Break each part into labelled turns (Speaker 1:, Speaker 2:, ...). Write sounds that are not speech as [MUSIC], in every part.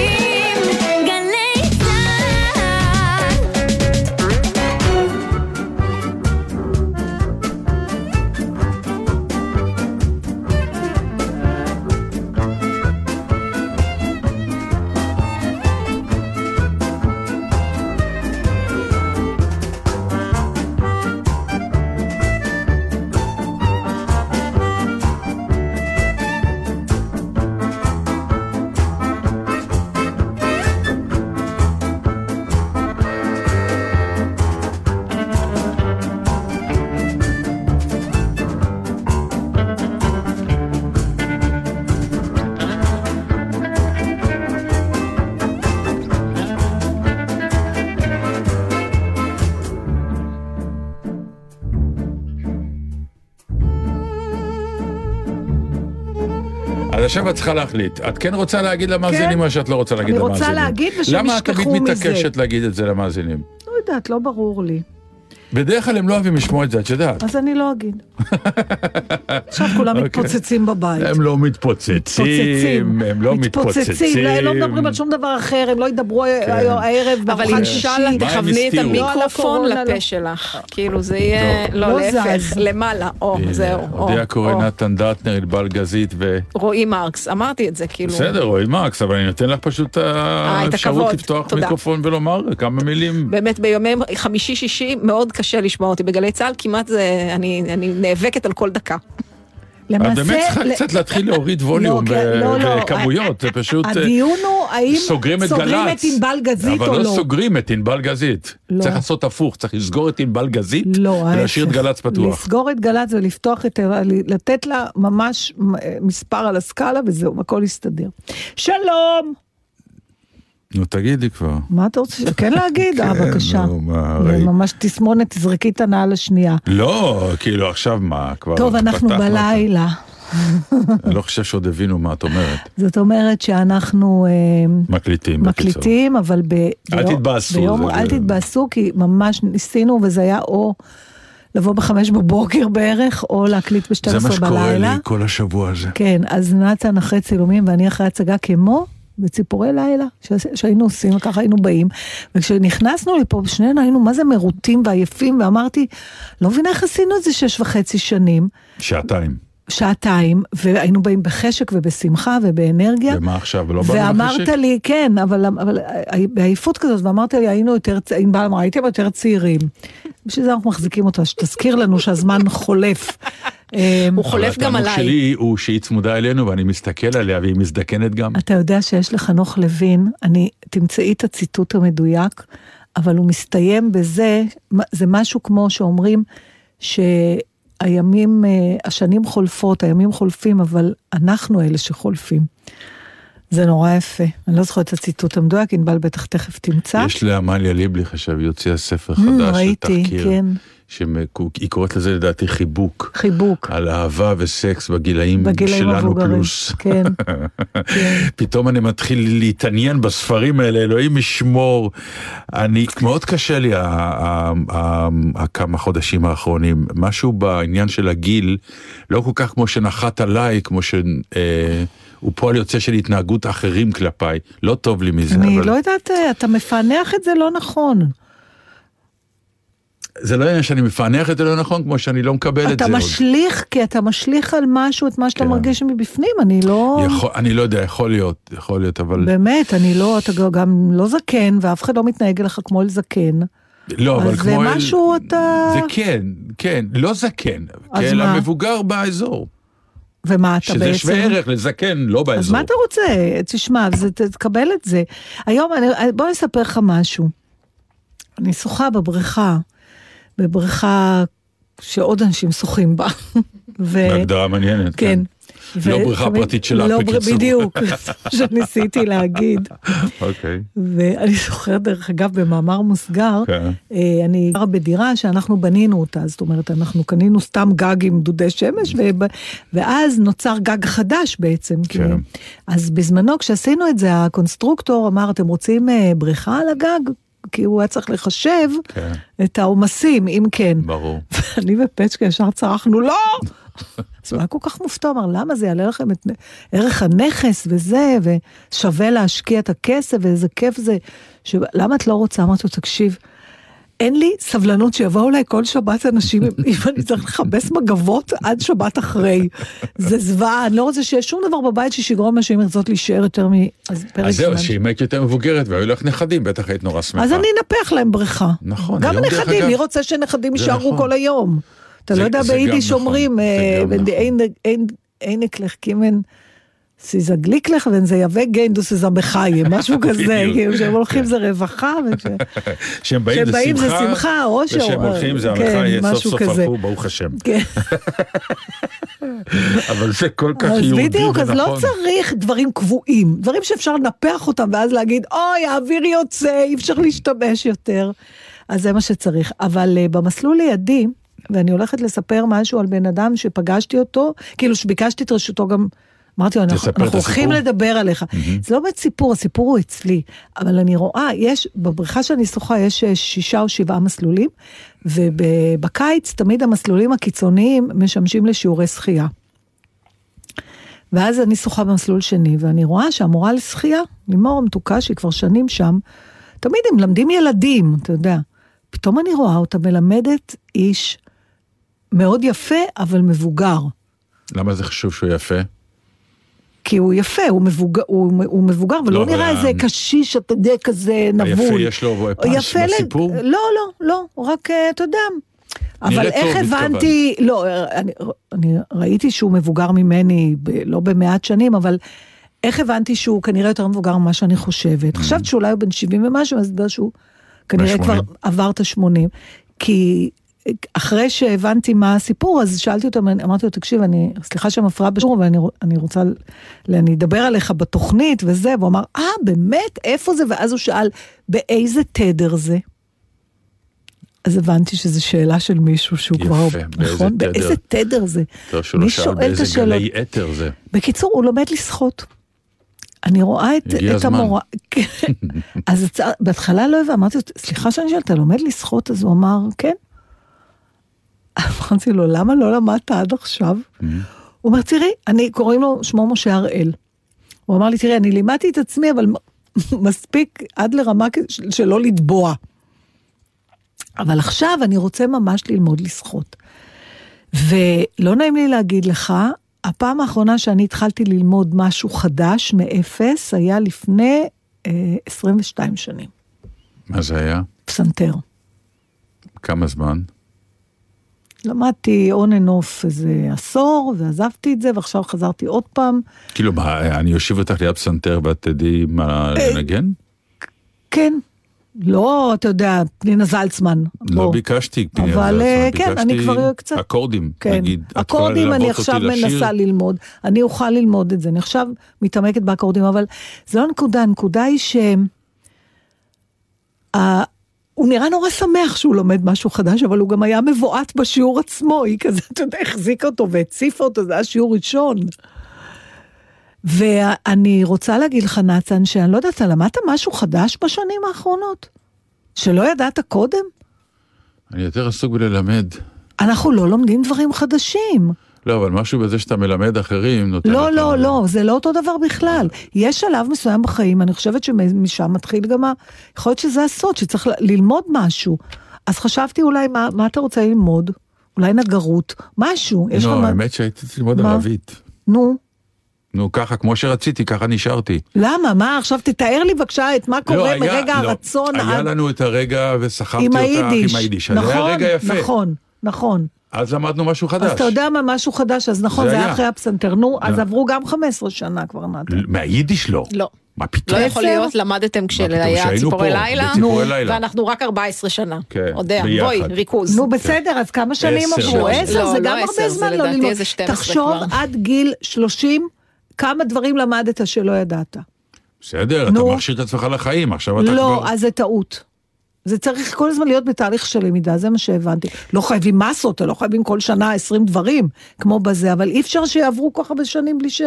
Speaker 1: גלי צה"ל.
Speaker 2: אז עכשיו את צריכה להחליט. את כן רוצה להגיד למאזינים
Speaker 3: כן.
Speaker 2: או שאת לא רוצה להגיד
Speaker 3: אני רוצה
Speaker 2: למאזינים?
Speaker 3: להגיד ושהם
Speaker 2: למה את תמיד
Speaker 3: ישכחו מזה?
Speaker 2: מתעקשת להגיד את זה למאזינים?
Speaker 3: לא יודעת, לא ברור לי.
Speaker 2: בדרך כלל הם לא אוהבים לשמוע את זה, את יודעת.
Speaker 3: אז אני לא אגיד. עכשיו כולם
Speaker 2: אוקיי.
Speaker 3: מתפוצצים בבית.
Speaker 2: הם לא מתפוצצים, הם לא מתפוצצים.
Speaker 3: הם לא מדברים על שום דבר אחר, הם לא ידברו
Speaker 2: כן.
Speaker 3: היום- הערב
Speaker 4: אבל
Speaker 3: בארוחת שישי.
Speaker 2: מה
Speaker 4: אינשאללה
Speaker 2: הם
Speaker 4: תכווני את
Speaker 2: הסתירו?
Speaker 4: המיקרופון
Speaker 3: לא, לא, לא.
Speaker 4: לפה שלך. כאילו זה יהיה,
Speaker 2: טוב.
Speaker 3: לא
Speaker 4: לא להפך,
Speaker 3: זז.
Speaker 4: למעלה. או,
Speaker 2: הנה,
Speaker 4: זהו. או,
Speaker 2: הודיע קורא
Speaker 4: או.
Speaker 2: נתן דטנר, ענבל גזית ו...
Speaker 4: רועי מרקס, אמרתי את זה, כאילו.
Speaker 2: בסדר, רועי מקס, אבל אני נותן לך פשוט את
Speaker 3: אה,
Speaker 4: את
Speaker 2: האפשרות
Speaker 4: הכבוד.
Speaker 2: לפתוח
Speaker 4: תודה.
Speaker 2: מיקרופון ולומר כמה מילים.
Speaker 4: באמת ביומי חמישי-שישי מאוד קשה לשמוע אותי בגלי צה"ל, כמעט זה, אני, אני נאבקת על כל דקה.
Speaker 2: את באמת צריכה
Speaker 3: ל-
Speaker 2: קצת להתחיל להוריד ווליום
Speaker 3: [LAUGHS] לא, כן,
Speaker 2: ו-
Speaker 3: לא, לא.
Speaker 2: וכמויות, זה פשוט... אה,
Speaker 3: הדיון הוא האם
Speaker 2: סוגרים את
Speaker 3: סוגרים
Speaker 2: גל"צ.
Speaker 3: את ענבל גזית
Speaker 2: אבל
Speaker 3: או
Speaker 2: לא
Speaker 3: לא.
Speaker 2: סוגרים את ענבל גזית.
Speaker 3: לא.
Speaker 2: צריך לעשות הפוך, צריך לסגור את ענבל גזית
Speaker 3: לא,
Speaker 2: ולהשאיר את
Speaker 3: ההפך.
Speaker 2: גל"צ פתוח.
Speaker 3: לסגור את גל"צ ולפתוח את... ה- לתת לה ממש אה, מספר על הסקאלה וזהו, הכל יסתדר. שלום!
Speaker 2: נו, תגידי כבר.
Speaker 3: מה אתה רוצה? כן להגיד? אה,
Speaker 2: כן,
Speaker 3: בבקשה.
Speaker 2: נו, מה, הרי-
Speaker 3: זה ממש תסמונת, תזרקי את הנעל השנייה.
Speaker 2: לא, כאילו עכשיו מה, כבר
Speaker 3: טוב, אנחנו
Speaker 2: פתחנו אותה.
Speaker 3: בלילה.
Speaker 2: אני לא חושב שעוד הבינו מה את אומרת.
Speaker 3: זאת אומרת שאנחנו אה,
Speaker 2: מקליטים, בקיצור.
Speaker 3: מקליטים, אבל ב...
Speaker 2: אל
Speaker 3: ביום-
Speaker 2: תתבאסו,
Speaker 3: ביום-
Speaker 2: זה-
Speaker 3: אל תתבאסו, כי ממש ניסינו, וזה היה או לבוא בחמש בבוקר בערך, או להקליט ב-12
Speaker 2: זה
Speaker 3: בלילה.
Speaker 2: מה שקורה לי כל השבוע הזה.
Speaker 3: כן, אז נתן אחרי צילומים ואני אחרי הצגה כמו בציפורי לילה, שעש- שהיינו עושים, ככה היינו באים. וכשנכנסנו לפה, שנינו היינו מה זה מרוטים ועייפים, ואמרתי, לא מבינה איך עשינו את זה שש וחצי שנים,
Speaker 2: שעתיים.
Speaker 3: שעתיים, והיינו באים בחשק ובשמחה ובאנרגיה.
Speaker 2: ומה עכשיו, לא באנו
Speaker 3: ואמרת
Speaker 2: לחשק?
Speaker 3: לי, כן, אבל, אבל אה, בעייפות כזאת, ואמרת לי, היינו יותר, צ- ענבל אמרה, הייתם יותר צעירים. בשביל זה אנחנו מחזיקים אותה, שתזכיר לנו
Speaker 2: [LAUGHS]
Speaker 3: שהזמן חולף. אה,
Speaker 4: הוא חולף גם
Speaker 2: אבל
Speaker 4: עליי.
Speaker 2: התענוג שלי הוא שהיא צמודה אלינו ואני מסתכל עליה והיא מזדקנת גם.
Speaker 3: אתה יודע שיש לחנוך לוין, אני, תמצאי את הציטוט המדויק, אבל הוא מסתיים בזה, מה- זה משהו כמו שאומרים שהימים, אה, השנים חולפות, הימים חולפים, אבל אנחנו אלה שחולפים. זה נורא יפה. אני לא זוכרת את הציטוט המדויק, ענבל בטח תכף תמצא.
Speaker 2: יש לעמליה ליבליך עכשיו, היא הוציאה ספר
Speaker 3: Mm,
Speaker 2: חדש, של
Speaker 3: ראיתי,
Speaker 2: תחקיר,
Speaker 3: כן.
Speaker 2: שהיא קוראת לזה לדעתי חיבוק,
Speaker 3: חיבוק.
Speaker 2: על אהבה וסקס בגילאים
Speaker 3: בגילאים
Speaker 2: שלנו
Speaker 3: המבוגרים.
Speaker 2: פלוס. [LAUGHS]
Speaker 3: כן, כן.
Speaker 2: פתאום אני מתחיל להתעניין בספרים האלה, אלוהים ישמור. אני, מאוד קשה לי ה- ה- ה- הכמה חודשים האחרונים, משהו בעניין של הגיל, לא כל כך כמו שנחת עליי, כמו ש... אה, הוא פועל יוצא של התנהגות אחרים כלפיי, לא טוב לי מזה,
Speaker 3: אני
Speaker 2: אבל
Speaker 3: לא יודעת, אה, אתה מפענח את זה לא נכון.
Speaker 2: זה לא עניין שאני מפענח את זה לא נכון, כמו שאני לא מקבל את זה.
Speaker 3: אתה
Speaker 2: עוד.
Speaker 3: משליך, כי אתה משליך על משהו, את מה שאתה
Speaker 2: כן.
Speaker 3: מרגיש מבפנים, אני לא...
Speaker 2: יכול, אני לא יודע, יכול להיות, יכול להיות, אבל...
Speaker 3: באמת, אני לא, אתה גם לא זקן, ואף אחד לא מתנהג אליך כמו אל זקן.
Speaker 2: לא, אבל
Speaker 3: אז
Speaker 2: כמו...
Speaker 3: זה
Speaker 2: אל-
Speaker 3: משהו, אתה...
Speaker 2: זה כן, כן, לא זקן,
Speaker 3: אז
Speaker 2: אלא
Speaker 3: מה?
Speaker 2: מבוגר באזור.
Speaker 3: ומה אתה
Speaker 2: שזה
Speaker 3: בעצם...
Speaker 2: שווה ערך לזקן, לא באזור.
Speaker 3: אז מה אתה רוצה? תשמע, זה, ת- תקבל את זה. היום, אני, אה, בוא אני אספר לך משהו. אני שוחה בבריכה, בבריכה שעוד אנשים שוחים בה. [LAUGHS] ו...
Speaker 2: הגדרה מעניינת.
Speaker 3: כן.
Speaker 2: לא
Speaker 3: ו-
Speaker 2: בריכה
Speaker 3: תמיד-
Speaker 2: פרטית שלך,
Speaker 3: לא, בר-
Speaker 2: בקיצור.
Speaker 3: בדיוק, [LAUGHS] זה מה שניסיתי להגיד.
Speaker 2: אוקיי.
Speaker 3: ואני זוכרת, דרך אגב, במאמר מוסגר,
Speaker 2: כן.
Speaker 3: אה, אני גרה בדירה שאנחנו בנינו אותה, זאת אומרת, אנחנו קנינו סתם גג עם דודי שמש, וב- ואז נוצר גג חדש בעצם.
Speaker 2: כן.
Speaker 3: כאילו. אז בזמנו, כשעשינו את זה, הקונסטרוקטור אמר, אתם רוצים אה, בריכה על הגג? כי הוא היה צריך לחשב
Speaker 2: כן.
Speaker 3: את העומסים, אם כן.
Speaker 2: ברור.
Speaker 3: ואני ופצ'קה ישר צרחנו, לא! אז הוא היה כל כך מופתע, הוא אמר, למה זה יעלה לכם את נ- ערך הנכס וזה, ושווה להשקיע את הכסף, ואיזה כיף זה, ש... למה את לא רוצה? אמרתי לו, תקשיב, אין לי סבלנות שיבואו אליי כל שבת אנשים, [LAUGHS] אם- אם אני צריך לכבס מגבות עד שבת אחרי. זה זוועה, אני לא רוצה שיהיה שום דבר בבית ששיגרום נשים לרצות להישאר יותר מ... אז פרק
Speaker 2: אז זהו,
Speaker 3: זמן.
Speaker 2: שאם היית יותר מבוגרת והיו לך נכדים, בטח היית נורא שמחה.
Speaker 3: אז אני אנפח להם בריכה.
Speaker 2: נכון,
Speaker 3: גם
Speaker 2: היום דרך
Speaker 3: נכדים,
Speaker 2: אגב-
Speaker 3: מי רוצה שנכדים
Speaker 2: זה
Speaker 3: יישארו
Speaker 2: נכון.
Speaker 3: כל היום? אתה
Speaker 2: זה-
Speaker 3: לא יודע
Speaker 2: זה
Speaker 3: ביידיש
Speaker 2: גם נכון,
Speaker 3: אומרים,
Speaker 2: זה
Speaker 3: אה,
Speaker 2: גם
Speaker 3: "Wenn die
Speaker 2: נכון.
Speaker 3: eine- ein- einek לך קימן סיזה גליקלך וזה יווה גיינדוס סיזה מחיים, משהו כזה,
Speaker 2: [LAUGHS] בדיוק. כן.
Speaker 3: כאילו שהם הולכים זה רווחה, וש-
Speaker 2: [LAUGHS] אה, שהם באים זה
Speaker 3: כשהם באים
Speaker 2: שמחה,
Speaker 3: זה שמחה, אושר,
Speaker 2: ושהם הולכים זה
Speaker 3: כן,
Speaker 2: המלאכה, יהיה סוף
Speaker 3: משהו
Speaker 2: סוף
Speaker 3: כזה.
Speaker 2: הלכו, ברוך השם.
Speaker 3: כן.
Speaker 2: אבל זה כל כך
Speaker 3: אז
Speaker 2: יהודי
Speaker 3: בדיוק, אז לא
Speaker 2: ונכון.
Speaker 3: צריך דברים קבועים, דברים שאפשר לנפח אותם ואז להגיד, אוי, האוויר יוצא, אי אפשר להשתמש יותר. אז זה מה שצריך. אבל אה, במסלול לידי, ואני הולכת לספר משהו על בן אדם שפגשתי אותו, כאילו שביקשתי את רשותו גם, אמרתי לו,
Speaker 2: תספר
Speaker 3: אנחנו,
Speaker 2: את
Speaker 3: אנחנו הולכים
Speaker 2: הסיפור."
Speaker 3: לדבר עליך. זה לא באמת סיפור, הסיפור הוא אצלי, אבל אני רואה, יש, בבריכה שאני שוחה יש אה, שישה או שבעה מסלולים, ובקיץ תמיד המסלולים הקיצוניים משמשים לשיעורי שחייה. ואז אני שוחה במסלול שני, ואני רואה שהמורה לשחייה, לימור המתוקה, שהיא כבר שנים שם, תמיד הם מלמדים ילדים, אתה יודע. פתאום אני רואה אותה מלמדת איש מאוד יפה, אבל מבוגר.
Speaker 2: למה זה חשוב שהוא יפה?
Speaker 3: כי הוא יפה, הוא מבוגר, הוא, הוא מבוגר, אבל
Speaker 2: לא,
Speaker 3: לא, לא נראה
Speaker 2: אבל
Speaker 3: איזה
Speaker 2: ה-
Speaker 3: קשיש, אתה יודע, כזה נבול.
Speaker 2: היפה יש לו פאנץ'
Speaker 3: יפה ל-
Speaker 2: בסיפור?
Speaker 3: לא, לא, לא, הוא רק, אה, אתה יודע. אבל
Speaker 2: נראה
Speaker 3: איך
Speaker 2: טוב,
Speaker 3: הבנתי, לא, אה, אני, אני ראיתי שהוא מבוגר ממני, ב, לא במעט שנים, אבל איך הבנתי שהוא כנראה יותר מבוגר ממה שאני חושבת? חשבת שאולי הוא בן 70 ומשהו, אז בגלל שהוא כנראה
Speaker 2: בן
Speaker 3: כבר
Speaker 2: 80.
Speaker 3: עבר את ה-80. כי אחרי שהבנתי מה הסיפור, אז שאלתי אותו, אמרתי לו, תקשיב, אני, סליחה שמפריעה בשיעור, אבל אני, רוצ- אני רוצה, ל- אני אדבר עליך בתוכנית וזה, והוא אמר, אה, באמת? איפה זה? ואז הוא שאל, באיזה תדר זה? אז הבנתי שזו שאלה של מישהו שהוא
Speaker 2: יפה,
Speaker 3: כבר,
Speaker 2: באיזה
Speaker 3: נכון?
Speaker 2: תדר.
Speaker 3: באיזה תדר זה?
Speaker 2: טוב שהוא לא
Speaker 3: מי
Speaker 2: שאל
Speaker 3: שואל את
Speaker 2: באיזה
Speaker 3: השאלות?
Speaker 2: גלי אתר זה.
Speaker 3: בקיצור, הוא לומד לשחות. אני רואה את,
Speaker 2: הגיע
Speaker 3: את
Speaker 2: הזמן. [LAUGHS]
Speaker 3: המורה. כן. אז הצ... בהתחלה לא הבנתי, אמרתי לו, סליחה שאני שואלת, אתה לומד לשחות? אז הוא אמר, כן. אמרתי לו, למה לא למדת עד עכשיו?
Speaker 2: Mm-hmm.
Speaker 3: הוא אומר, תראי, אני, קוראים לו, שמו משה הראל. הוא אמר לי, תראי, אני לימדתי את עצמי, אבל [LAUGHS] מספיק עד לרמה כ- של- שלא לטבוע. אבל עכשיו אני רוצה ממש ללמוד לשחות. ולא נעים לי להגיד לך, הפעם האחרונה שאני התחלתי ללמוד משהו חדש מאפס היה לפני אה, 22 שנים,
Speaker 2: מה זה היה?
Speaker 3: פסנתר.
Speaker 2: כמה זמן?
Speaker 3: למדתי און אנ אוף איזה עשור, ועזבתי את זה, ועכשיו חזרתי עוד פעם.
Speaker 2: כאילו מה, אני יושיב אותך ליד פסנתר ואת תדעי מה
Speaker 3: אה,
Speaker 2: לנגן?
Speaker 3: כן, לא, אתה יודע, פנינה זלצמן.
Speaker 2: לא
Speaker 3: בוא.
Speaker 2: ביקשתי, פנינה
Speaker 3: אבל,
Speaker 2: זלצמן,
Speaker 3: אה, כן, אני
Speaker 2: ביקשתי
Speaker 3: כבר קצת-
Speaker 2: אקורדים,
Speaker 3: כן,
Speaker 2: נגיד. את יכולה
Speaker 3: אקורדים אני
Speaker 2: ללוות
Speaker 3: עכשיו
Speaker 2: אותי לשיר?
Speaker 3: מנסה ללמוד, אני אוכל ללמוד את זה, אני עכשיו מתעמקת באקורדים, אבל זה לא הנקודה, הנקודה היא ש... ה- הוא נראה נורא שמח שהוא לומד משהו חדש, אבל הוא גם היה מבועת בשיעור עצמו, היא כזה, אתה יודע, החזיקה אותו והציפה אותו, זה היה שיעור ראשון. ואני רוצה להגיד לך, נתן, שאני לא יודעת, אתה למדת משהו חדש בשנים האחרונות? שלא ידעת קודם?
Speaker 2: אני יותר עסוק בללמד.
Speaker 3: אנחנו לא לומדים דברים חדשים.
Speaker 2: לא, אבל משהו בזה שאתה מלמד אחרים נותן
Speaker 3: לא,
Speaker 2: לך-
Speaker 3: לא, לא, זה לא אותו דבר בכלל. יש שלב מסוים בחיים, אני חושבת שמשם מתחיל גם ה... יכול להיות שזה הסוד, שצריך ל- ללמוד משהו. אז חשבתי אולי, מה, מה אתה רוצה ללמוד? אולי נגרות, משהו. יש לך
Speaker 2: לא,
Speaker 3: מה-
Speaker 2: האמת שהייתי צריך ללמוד
Speaker 3: מה?
Speaker 2: ערבית.
Speaker 3: נו,
Speaker 2: נו, ככה, כמו שרציתי, ככה נשארתי.
Speaker 3: למה? מה? עכשיו תתאר לי בבקשה את מה
Speaker 2: לא,
Speaker 3: קורה
Speaker 2: היה-
Speaker 3: מרגע
Speaker 2: לא,
Speaker 3: הרצון
Speaker 2: היה
Speaker 3: עד-
Speaker 2: לנו את הרגע וסחבתי
Speaker 3: עם
Speaker 2: אותך
Speaker 3: היידיש.
Speaker 2: עם היידיש. אז זה היה
Speaker 3: נכון,
Speaker 2: רגע יפה.
Speaker 3: נכון, נכון.
Speaker 2: אז למדנו משהו חדש.
Speaker 3: אז אתה יודע מה, משהו חדש, אז נכון,
Speaker 2: זה
Speaker 3: זה היה
Speaker 2: היה.
Speaker 3: אחרי הפסנתר. נו, אז
Speaker 2: לא.
Speaker 3: עברו גם 15 שנה כבר, נתן.
Speaker 2: ל- מהיידיש לא.
Speaker 4: לא.
Speaker 2: מה
Speaker 4: לא
Speaker 2: פתאום?
Speaker 4: יכול
Speaker 3: עשר?
Speaker 4: להיות, למדתם
Speaker 2: שהיינו
Speaker 4: כשהיה ציפורי
Speaker 2: פה,
Speaker 4: לילה,
Speaker 2: בציפורי
Speaker 4: נו,
Speaker 2: לילה.
Speaker 4: ואנחנו רק 14 שנה.
Speaker 2: כן,
Speaker 4: יודע,
Speaker 2: ביחד.
Speaker 4: בואי, ריכוז.
Speaker 3: נו בסדר, אז כמה שנים
Speaker 2: עשר,
Speaker 3: עברו?
Speaker 2: לא,
Speaker 3: עשר,
Speaker 4: לא,
Speaker 3: זה
Speaker 4: לא
Speaker 3: גם
Speaker 4: עשר,
Speaker 3: הרבה
Speaker 4: זה
Speaker 3: זמן לא
Speaker 4: לדעתי
Speaker 3: ללמוד.
Speaker 4: איזה 12
Speaker 3: תחשוב
Speaker 4: כבר.
Speaker 3: עד גיל 30, כמה דברים למדת שלא ידעת.
Speaker 2: בסדר, אתה
Speaker 3: נו.
Speaker 2: מכשיר את עצמך לחיים, עכשיו אתה
Speaker 3: לא,
Speaker 2: כבר...
Speaker 3: אז זה טעות. זה צריך כל הזמן להיות בתהליך של למידה, זה מה שהבנתי. לא חייבים מסות, לא חייבים כל שנה 20 דברים כמו בזה, אבל אי אפשר שיעברו כל כך הרבה שנים בלי ש...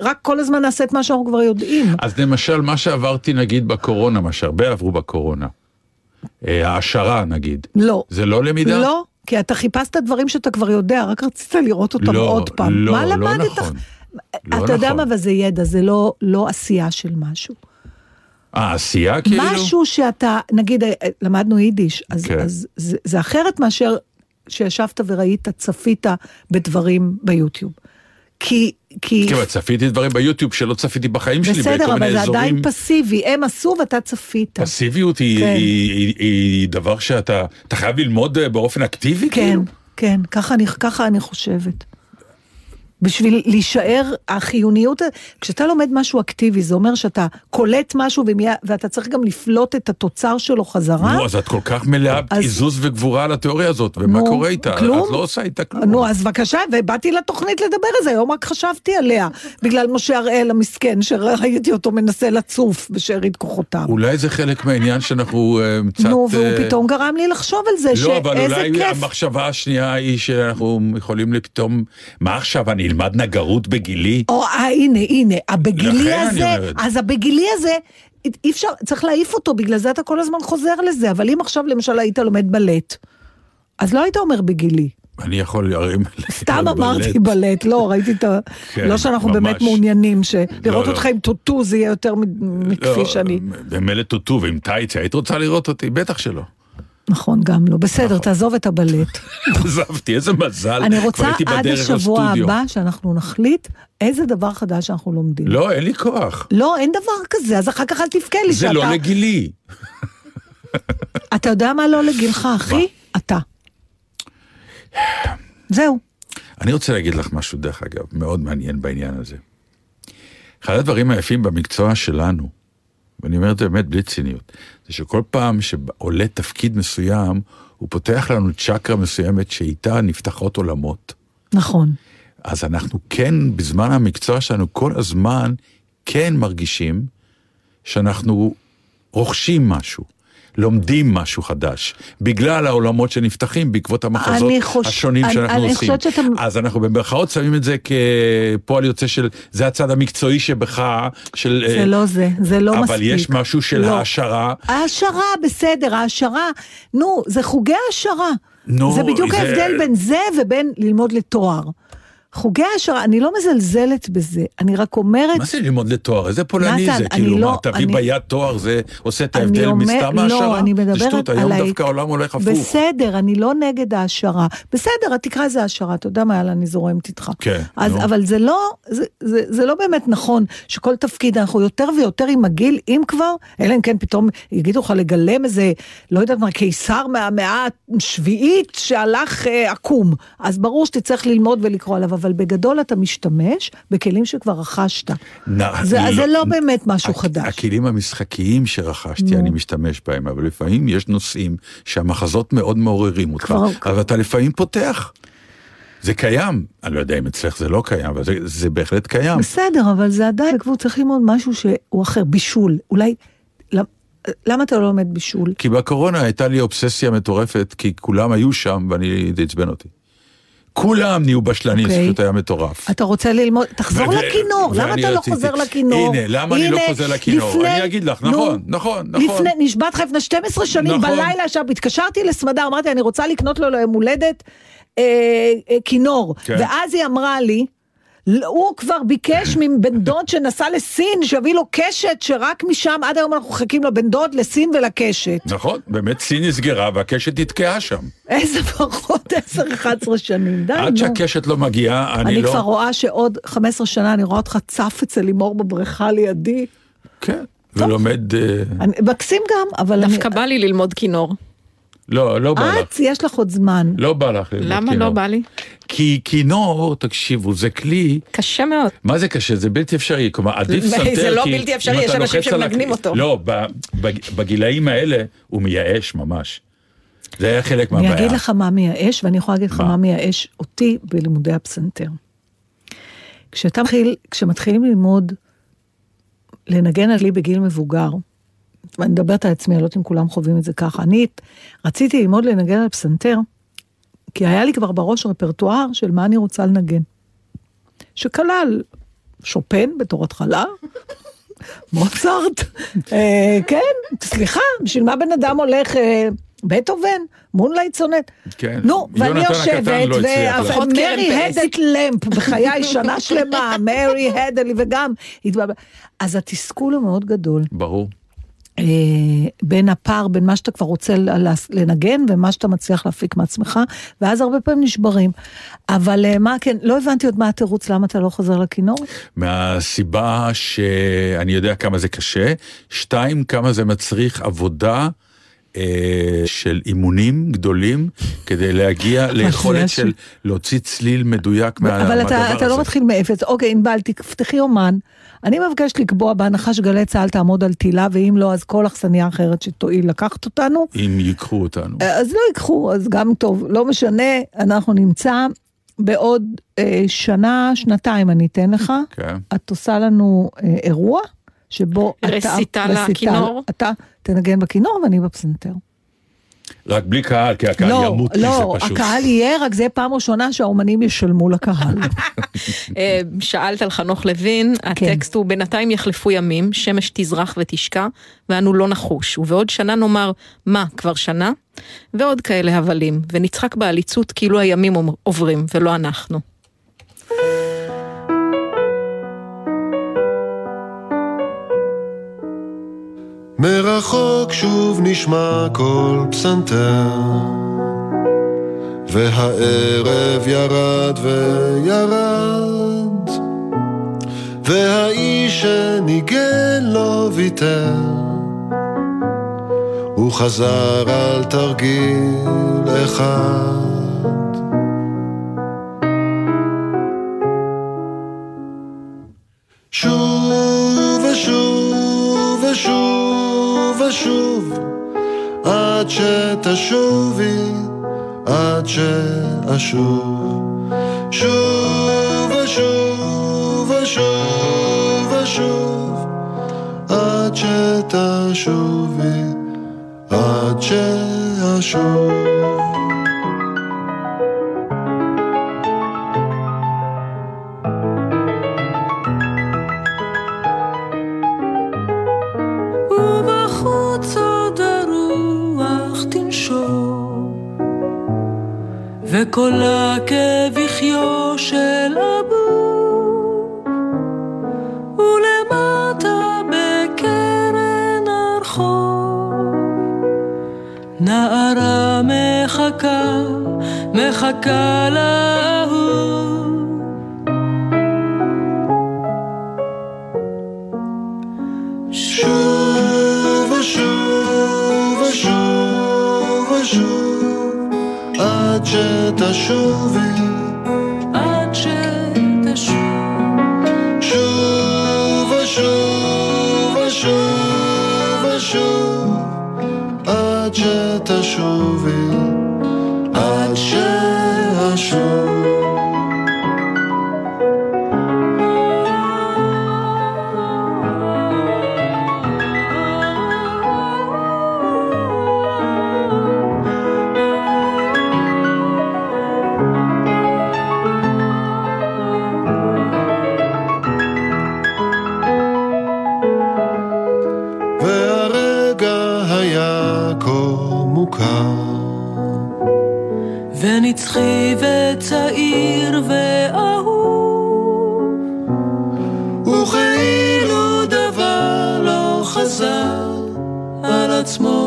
Speaker 3: רק כל הזמן נעשה את מה שאנחנו כבר יודעים.
Speaker 2: אז למשל, מה שעברתי נגיד בקורונה, מה שהרבה עברו בקורונה, אה, העשרה נגיד.
Speaker 3: לא.
Speaker 2: זה לא למידה?
Speaker 3: לא, כי אתה חיפשת דברים שאתה כבר יודע, רק רצית לראות אותם
Speaker 2: לא,
Speaker 3: עוד פעם.
Speaker 2: לא,
Speaker 3: מה
Speaker 2: לא
Speaker 3: למדת?
Speaker 2: נכון.
Speaker 3: אתה
Speaker 2: לא
Speaker 3: יודע
Speaker 2: נכון.
Speaker 3: מה, אבל זה ידע, זה לא, לא עשייה של משהו.
Speaker 2: אה, עשייה כאילו?
Speaker 3: משהו שאתה, נגיד, אה, אה, למדנו יידיש, אז,
Speaker 2: כן.
Speaker 3: okay. אז זה, זה אחרת מאשר שישבת וראית, צפית בדברים ביוטיוב. כי, כי,
Speaker 2: כן, אבל צפיתי דברים ביוטיוב שלא צפיתי בחיים שלי,
Speaker 3: בסדר,
Speaker 2: בכל
Speaker 3: אבל
Speaker 2: מיני
Speaker 3: זה עדיין
Speaker 2: אזורים.
Speaker 3: פסיבי, הם עשו ואתה צפית.
Speaker 2: פסיביות היא,
Speaker 3: כן.
Speaker 2: היא, היא, היא דבר שאתה אתה חייב ללמוד אה, באופן אקטיבי?
Speaker 3: כן,
Speaker 2: כאילו?
Speaker 3: כן, ככה אני, ככה אני חושבת. בשביל להישאר החיוניות, כשאתה לומד משהו אקטיבי, זה אומר שאתה קולט משהו ומיד- ואתה צריך גם לפלוט את התוצר שלו חזרה.
Speaker 2: נו, אז את כל כך מלאה
Speaker 3: אז-
Speaker 2: עיזוז וגבורה על התיאוריה הזאת, ומה
Speaker 3: נו,
Speaker 2: קורה איתה?
Speaker 3: כלום.
Speaker 2: את לא עושה איתה כלום.
Speaker 3: נו, אז בבקשה, ובאתי לתוכנית לדבר על זה, היום רק חשבתי עליה, בגלל משה הראל המסכן, שראיתי אותו מנסה לצוף בשארית כוחותיו.
Speaker 2: אולי זה חלק מהעניין שאנחנו אה, קצת...
Speaker 3: נו,
Speaker 2: אה,
Speaker 3: והוא פתאום גרם לי לחשוב על זה,
Speaker 2: לא, אבל
Speaker 3: שאיזה
Speaker 2: אולי
Speaker 3: כיף.
Speaker 2: המחשבה השנייה היא שאנחנו יכולים לפתאום, מה עכשיו, אני אלמד נגרות בגילי?
Speaker 3: או, אה, הנה, הנה, הבגילי
Speaker 2: לכן אני
Speaker 3: הזה,
Speaker 2: אומרת.
Speaker 3: אז הבגילי הזה, אי- אי אפשר, צריך להעיף אותו, בגלל זה אתה כל הזמן חוזר לזה, אבל אם עכשיו למשל היית לומד בלט, אז לא היית אומר בגילי.
Speaker 2: אני יכול להרים... [LAUGHS]
Speaker 3: סתם אמרתי בלט, לא, ראיתי את ה...
Speaker 2: כן,
Speaker 3: לא שאנחנו באמת
Speaker 2: ממש.
Speaker 3: מעוניינים, שלראות
Speaker 2: לא. אה,
Speaker 3: אותך עם טוטו זה יהיה יותר מ- מכפי שאני.
Speaker 2: במילא טוטו ועם טייץ, היית רוצה לראות אותי? בטח שלא. [LAUGHS]
Speaker 3: נכון, גם לא. בסדר, תעזוב את הבלט.
Speaker 2: עזבתי, איזה מזל.
Speaker 3: אני
Speaker 2: כבר
Speaker 3: רוצה
Speaker 2: הייתי
Speaker 3: עד
Speaker 2: בדרך
Speaker 3: השבוע
Speaker 2: לסטודיו.
Speaker 3: הבא שאנחנו נחליט איזה דבר חדש אנחנו לומדים.
Speaker 2: לא, אין לי כוח.
Speaker 3: לא, אין דבר כזה, אז אחר כך אל תבכה לי
Speaker 2: זה
Speaker 3: שאתה...
Speaker 2: לא לגילי.
Speaker 3: אתה יודע מה לא לגילך, אחי? אתה. זהו.
Speaker 2: אני רוצה להגיד לך משהו, דרך אגב, מאוד מעניין בעניין הזה. אחד הדברים היפים במקצוע שלנו, ואני אומר את זה באמת בלי ציניות, זה שכל פעם שעולה תפקיד מסוים, הוא פותח לנו צ'קרה מסוימת שאיתה נפתחות עולמות.
Speaker 3: נכון.
Speaker 2: אז אנחנו כן, בזמן המקצוע שלנו, כל הזמן כן מרגישים שאנחנו רוכשים משהו, לומדים משהו חדש, בגלל העולמות שנפתחים בעקבות המחזות
Speaker 3: אני חוש-
Speaker 2: השונים
Speaker 3: אני-
Speaker 2: שאנחנו
Speaker 3: אני
Speaker 2: עושים.
Speaker 3: חושבת שאתה-
Speaker 2: אז אנחנו במרכאות שמים את זה כפועל יוצא של, זה הצד המקצועי שבך, של...
Speaker 3: זה לא זה, זה לא
Speaker 2: אה, אבל
Speaker 3: מספיק.
Speaker 2: יש משהו של
Speaker 3: לא.
Speaker 2: העשרה.
Speaker 3: העשרה, בסדר, העשרה. נו, זה חוגי העשרה.
Speaker 2: נו,
Speaker 3: זה בדיוק
Speaker 2: זה-
Speaker 3: ההבדל בין זה ובין ללמוד לתואר. חוגי העשרה, אני לא מזלזלת בזה, אני רק אומרת...
Speaker 2: מה זה ללמוד לתואר? איזה פולני
Speaker 3: נתן,
Speaker 2: זה?
Speaker 3: אני
Speaker 2: כאילו,
Speaker 3: לא-
Speaker 2: מה, תביא
Speaker 3: אני-
Speaker 2: ביד תואר, זה עושה את
Speaker 3: אני
Speaker 2: ההבדל
Speaker 3: אומר-
Speaker 2: מסתם
Speaker 3: לא,
Speaker 2: העשרה?
Speaker 3: אני מדברת
Speaker 2: זה שטות, היום
Speaker 3: על ה-
Speaker 2: דווקא העולם הולך הפוך.
Speaker 3: בסדר, אני לא נגד העשרה. בסדר, תקרא לזה העשרה, אתה יודע מה, יאללה, אני זורמת איתך.
Speaker 2: כן,
Speaker 3: אז,
Speaker 2: נו.
Speaker 3: אבל זה לא, זה, זה, זה לא באמת נכון שכל תפקיד, אנחנו יותר ויותר עם הגיל, אם כבר, אלא אם כן פתאום יגידו לך לגלם איזה, לא יודעת מה, קיסר מהמאה השביעית שהלך אה, עקום. אז ברור שתצטרך ללמוד ולקרוא עליו, אבל בגדול אתה משתמש בכלים שכבר רכשת.
Speaker 2: נא-
Speaker 3: זה, אז זה לא באמת משהו
Speaker 2: הכ-
Speaker 3: חדש.
Speaker 2: הכלים המשחקיים שרכשתי, אני משתמש בהם, אבל לפעמים יש נושאים שהמחזות מאוד מעוררים אותך,
Speaker 3: כבר-
Speaker 2: אבל אתה לפעמים פותח. זה קיים, אני לא יודע אם אצלך זה לא קיים, אבל זה, זה בהחלט קיים.
Speaker 3: בסדר, אבל זה עדיין, כבר צריך ללמוד משהו שהוא אחר, בישול. אולי, למ- למה אתה לא לומד בישול?
Speaker 2: כי בקורונה הייתה לי אובססיה מטורפת, כי כולם היו שם ואני, זה עצבן אותי. כולם נהיו בשלנים, זה
Speaker 3: אוקיי.
Speaker 2: פשוט היה מטורף.
Speaker 3: אתה רוצה ללמוד, תחזור
Speaker 2: ו- ו-
Speaker 3: לכינור, למה
Speaker 2: ואני
Speaker 3: אתה לא
Speaker 2: רציתי-
Speaker 3: חוזר לכינור?
Speaker 2: הנה, למה אני לא
Speaker 3: הנה,
Speaker 2: חוזר לכינור?
Speaker 3: לפני-
Speaker 2: אני אגיד לך,
Speaker 3: נו,
Speaker 2: נכון, נכון, נכון.
Speaker 3: לפני, נשבעת לך לפני 12 שנים,
Speaker 2: נכון.
Speaker 3: בלילה עכשיו, התקשרתי לסמדר, אמרתי, אני רוצה לקנות לו ליום הולדת אה, אה, כינור.
Speaker 2: כן.
Speaker 3: ואז היא אמרה לי, "לא, הוא כבר
Speaker 2: [LAUGHS]
Speaker 3: ביקש מבן דוד שנסע לסין, שיביא לו קשת, שרק משם עד היום אנחנו מחכים לבן דוד, לסין ולקשת.
Speaker 2: נכון, באמת סין נסגרה והקשת נתקעה שם.
Speaker 3: איזה פחות 10-11 שנים, די,
Speaker 2: עד
Speaker 3: אה, נו.
Speaker 2: שהקשת לא מגיעה, אני
Speaker 3: אני
Speaker 2: לא...
Speaker 3: כבר רואה שעוד 15 שנה אני רואה אותך צף אצל לימור בבריכה לידי.
Speaker 2: כן, ולומד... אה,
Speaker 3: אני, מקסים גם, אבל אני...
Speaker 4: דווקא בא לי ללמוד כינור.
Speaker 2: לא, לא בא לך.
Speaker 3: את, יש לך עוד זמן.
Speaker 2: לא בא לך ללמוד
Speaker 4: למה
Speaker 2: כינור.
Speaker 4: לא בא לי?
Speaker 2: כי כינור, תקשיבו, זה כלי,
Speaker 4: קשה מאוד.
Speaker 2: מה זה קשה? זה בלתי אפשרי. כלומר, עדיף
Speaker 4: [LAUGHS] זה
Speaker 2: סנטר,
Speaker 4: לא
Speaker 2: כי
Speaker 4: בלתי אפשרי,
Speaker 2: אם
Speaker 4: יש
Speaker 2: אתה
Speaker 4: אנשים
Speaker 2: לוחץ על
Speaker 4: שמנגנים
Speaker 2: הכלי-
Speaker 4: אותו.
Speaker 2: לא, ב- בג- בגילאים האלה הוא מייאש ממש. זה היה חלק מהבעיה.
Speaker 3: אני אגיד לך מה מייאש, ואני יכולה להגיד לך
Speaker 2: מה?
Speaker 3: מה מייאש אותי בלימודי הפסנתר. כשאתה מתחיל, כשמתחילים ללמוד לנגן עלי בגיל מבוגר, ואני מדברת על עצמי, אני לא יודעת אם כולם חווים את זה ככה, אני רציתי ללמוד לנגן על פסנתר, כי היה לי כבר בראש רפרטואר של מה אני רוצה לנגן. שכלל שופן בתור התחלה, [LAUGHS] מוצרט. אה, כן, סליחה, בשביל מה בן אדם הולך... אה, בטהובן, מונלייט סונט.
Speaker 2: כן.
Speaker 3: נו, ואני
Speaker 2: יונתן הקטן
Speaker 3: יושבת,
Speaker 2: לא הצליח
Speaker 3: ואף-
Speaker 2: לך.
Speaker 4: עוד קרן
Speaker 3: מרי
Speaker 4: פלס.
Speaker 3: הדט למפ, בחיי שנה שלמה, מרי הדלי, וגם התבלבל. אז התסכול הוא מאוד גדול.
Speaker 2: ברור.
Speaker 3: אה, בין הפער, בין מה שאתה כבר רוצה ל- ל- לנגן ומה שאתה מצליח להפיק מעצמך, ואז הרבה פעמים נשברים. אבל אה, מה כן, לא הבנתי עוד מה התירוץ, למה אתה לא חוזר לכינור?
Speaker 2: מהסיבה שאני יודע כמה זה קשה, שתיים, כמה זה מצריך עבודה אה, של אימונים גדולים כדי
Speaker 4: [LAUGHS]
Speaker 2: להגיע ליכולת
Speaker 3: יש-
Speaker 2: של להוציא צליל מדויק מה-
Speaker 3: אבל
Speaker 2: מהדבר
Speaker 3: אתה,
Speaker 2: הזה.
Speaker 3: אתה לא מתחיל מאפס. אוקיי, ענבל, תפתחי אומן. אני מבקש לקבוע בהנחה שגלי צה"ל תעמוד על תילה, ואם לא, אז כל אכסניה אחרת שתואיל לקחת אותנו.
Speaker 2: אם ייקחו אותנו.
Speaker 4: אה,
Speaker 3: אז לא ייקחו, אז גם טוב, לא משנה, אנחנו נמצא בעוד אה, שנה, שנתיים אני אתן לך.
Speaker 2: כן.
Speaker 3: את עושה לנו אה, אירוע שבו אתה...
Speaker 4: רסיטל לכינור?
Speaker 3: אתה תנגן בכינור ואני בפסנתר.
Speaker 2: רק בלי קהל, כי הקהל
Speaker 3: לא,
Speaker 2: ימות כי
Speaker 3: לא,
Speaker 2: זה פשוט.
Speaker 3: הקהל יהיה, רק זה פעם ראשונה שהאומנים ישלמו לקהל.
Speaker 2: [LAUGHS]
Speaker 4: אה, שאלת על חנוך לוין, הטקסט הוא בינתיים יחלפו ימים, שמש תזרח ותשקע, ואנו לא נחוש, ובעוד שנה נאמר, מה, כבר שנה? ועוד כאלה הבלים, ונצחק בעליצות כאילו הימים אומר- עוברים, ולא אנחנו.
Speaker 5: מרחוק שוב נשמע קול פסנתר והערב ירד וירד והאיש שניגן לא ויתר הוא חזר על תרגיל אחד שוב ושוב ושוב ושוב עד שתשובי עד שאשוב שוב ושוב ושוב ושוב עד שתשובי עד שאשוב
Speaker 6: ובחוץ עוד הרוח תנשום, וכל הכבחיו של הבור, ולמטה בקרן הרחוב, נערה מחכה, מחכה לאהוב.
Speaker 5: שוב ושוב ושוב ושוב עד שתשובי
Speaker 6: עד שתשוב
Speaker 5: שוב ושוב ושוב ושוב עד שתשובי עד שאשוב והרגע היה כה מוכר
Speaker 6: ונצחי וצעיר ואהוב
Speaker 5: וכאילו דבר לא חזר על עצמו.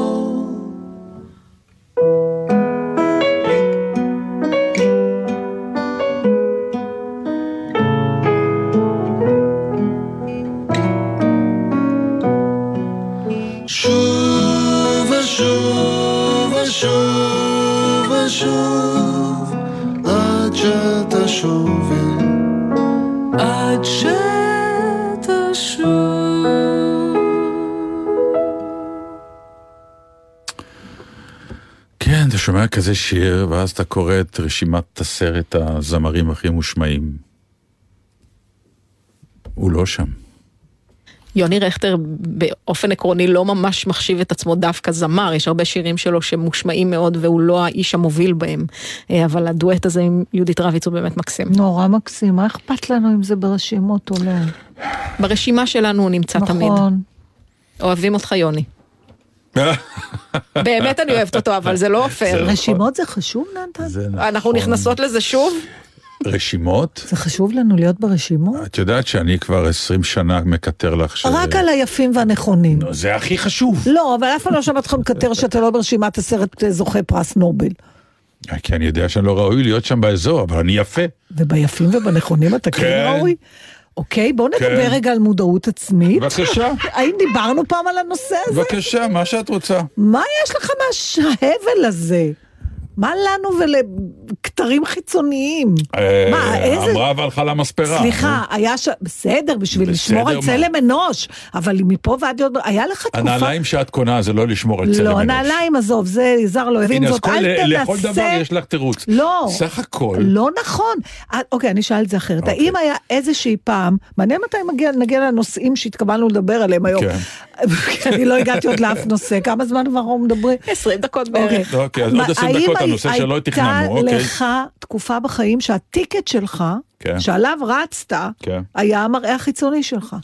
Speaker 5: שוב ושוב ושוב ושוב עד שתשובי
Speaker 6: עד שתשוב
Speaker 2: כן, אתה שומע כזה שיר, ואז אתה קורא את רשימת עשרת הזמרים הכי מושמעים. הוא לא שם.
Speaker 4: יוני רכטר באופן עקרוני לא ממש מחשיב את עצמו דווקא זמר, יש הרבה שירים שלו שמושמעים מאוד והוא לא האיש המוביל בהם, אה, אבל הדואט הזה עם יהודית רביץ הוא באמת מקסים.
Speaker 3: נורא מקסים, מה אכפת לנו אם זה ברשימות או לא?
Speaker 4: ברשימה שלנו הוא נמצא תמיד.
Speaker 3: נכון.
Speaker 4: אוהבים אותך יוני. באמת אני אוהבת אותו, אבל זה לא פייר.
Speaker 3: רשימות זה חשוב, נתן?
Speaker 2: זה נכון.
Speaker 4: אנחנו נכנסות לזה שוב?
Speaker 2: רשימות?
Speaker 3: זה חשוב לנו להיות ברשימות?
Speaker 2: את יודעת שאני כבר 20 שנה מקטר לך שזה...
Speaker 3: רק על היפים והנכונים.
Speaker 2: נו, זה הכי חשוב.
Speaker 3: לא, אבל אף פעם לא שמעתי אותך מקטר שאתה לא ברשימת עשרת אה, זוכי פרס נובל.
Speaker 2: כי אני יודע שאני לא ראוי להיות שם באזור, אבל אני יפה.
Speaker 3: וביפים ובנכונים אתה כן
Speaker 2: כן.
Speaker 3: ראוי? אוקיי, בואו נדבר
Speaker 2: כן.
Speaker 3: רגע על מודעות עצמית.
Speaker 2: בבקשה,
Speaker 3: [LAUGHS] האם דיברנו פעם על הנושא הזה?
Speaker 2: בבקשה, מה שאת רוצה.
Speaker 3: מה יש לך מההבל הזה? מה לנו ולכתרים חיצוניים?
Speaker 2: אה,
Speaker 3: מה, איזה-
Speaker 2: אמרה אבל חלה מספרה. אה,
Speaker 3: סליחה, היה ש... בסדר, בשביל לשמור על
Speaker 2: מה?
Speaker 3: צלם אנוש, אבל מפה ועד יום... היה לך תקופה...
Speaker 2: הנעליים שאת קונה זה לא לשמור על צלם
Speaker 3: לא,
Speaker 2: אנוש.
Speaker 3: הנעליים, עזוב, זה יזהר לא הבין
Speaker 2: הנה, אז
Speaker 3: זאת,
Speaker 2: כל-
Speaker 3: אל תנסה...
Speaker 2: לכל דבר יש לך תירוץ.
Speaker 3: לא.
Speaker 2: סך הכל,
Speaker 3: לא נכון. אה, אוקיי, אני אשאל את זה אחרת.
Speaker 2: אוקיי.
Speaker 3: האם היה איזושהי פעם, מעניין מתי מגיע- נגיע לנושאים שהתכוונו לדבר עליהם היום. כי
Speaker 2: כן.
Speaker 3: [LAUGHS] אני לא הגעתי עוד לאף נושא, כמה זמן כבר אנחנו מדברים?
Speaker 4: 20 דקות
Speaker 3: אוקיי.
Speaker 4: בערך.
Speaker 2: אוקיי, אז עוד
Speaker 3: מה-
Speaker 2: 20
Speaker 3: האם
Speaker 2: דקות
Speaker 3: הי-
Speaker 2: הנושא שלא תכננו,
Speaker 3: הייתה
Speaker 2: אוקיי.
Speaker 3: לך תקופה בחיים שהטיקט שלך,
Speaker 2: כן.
Speaker 3: שעליו רצת,
Speaker 2: כן.
Speaker 3: היה המראה החיצוני שלך.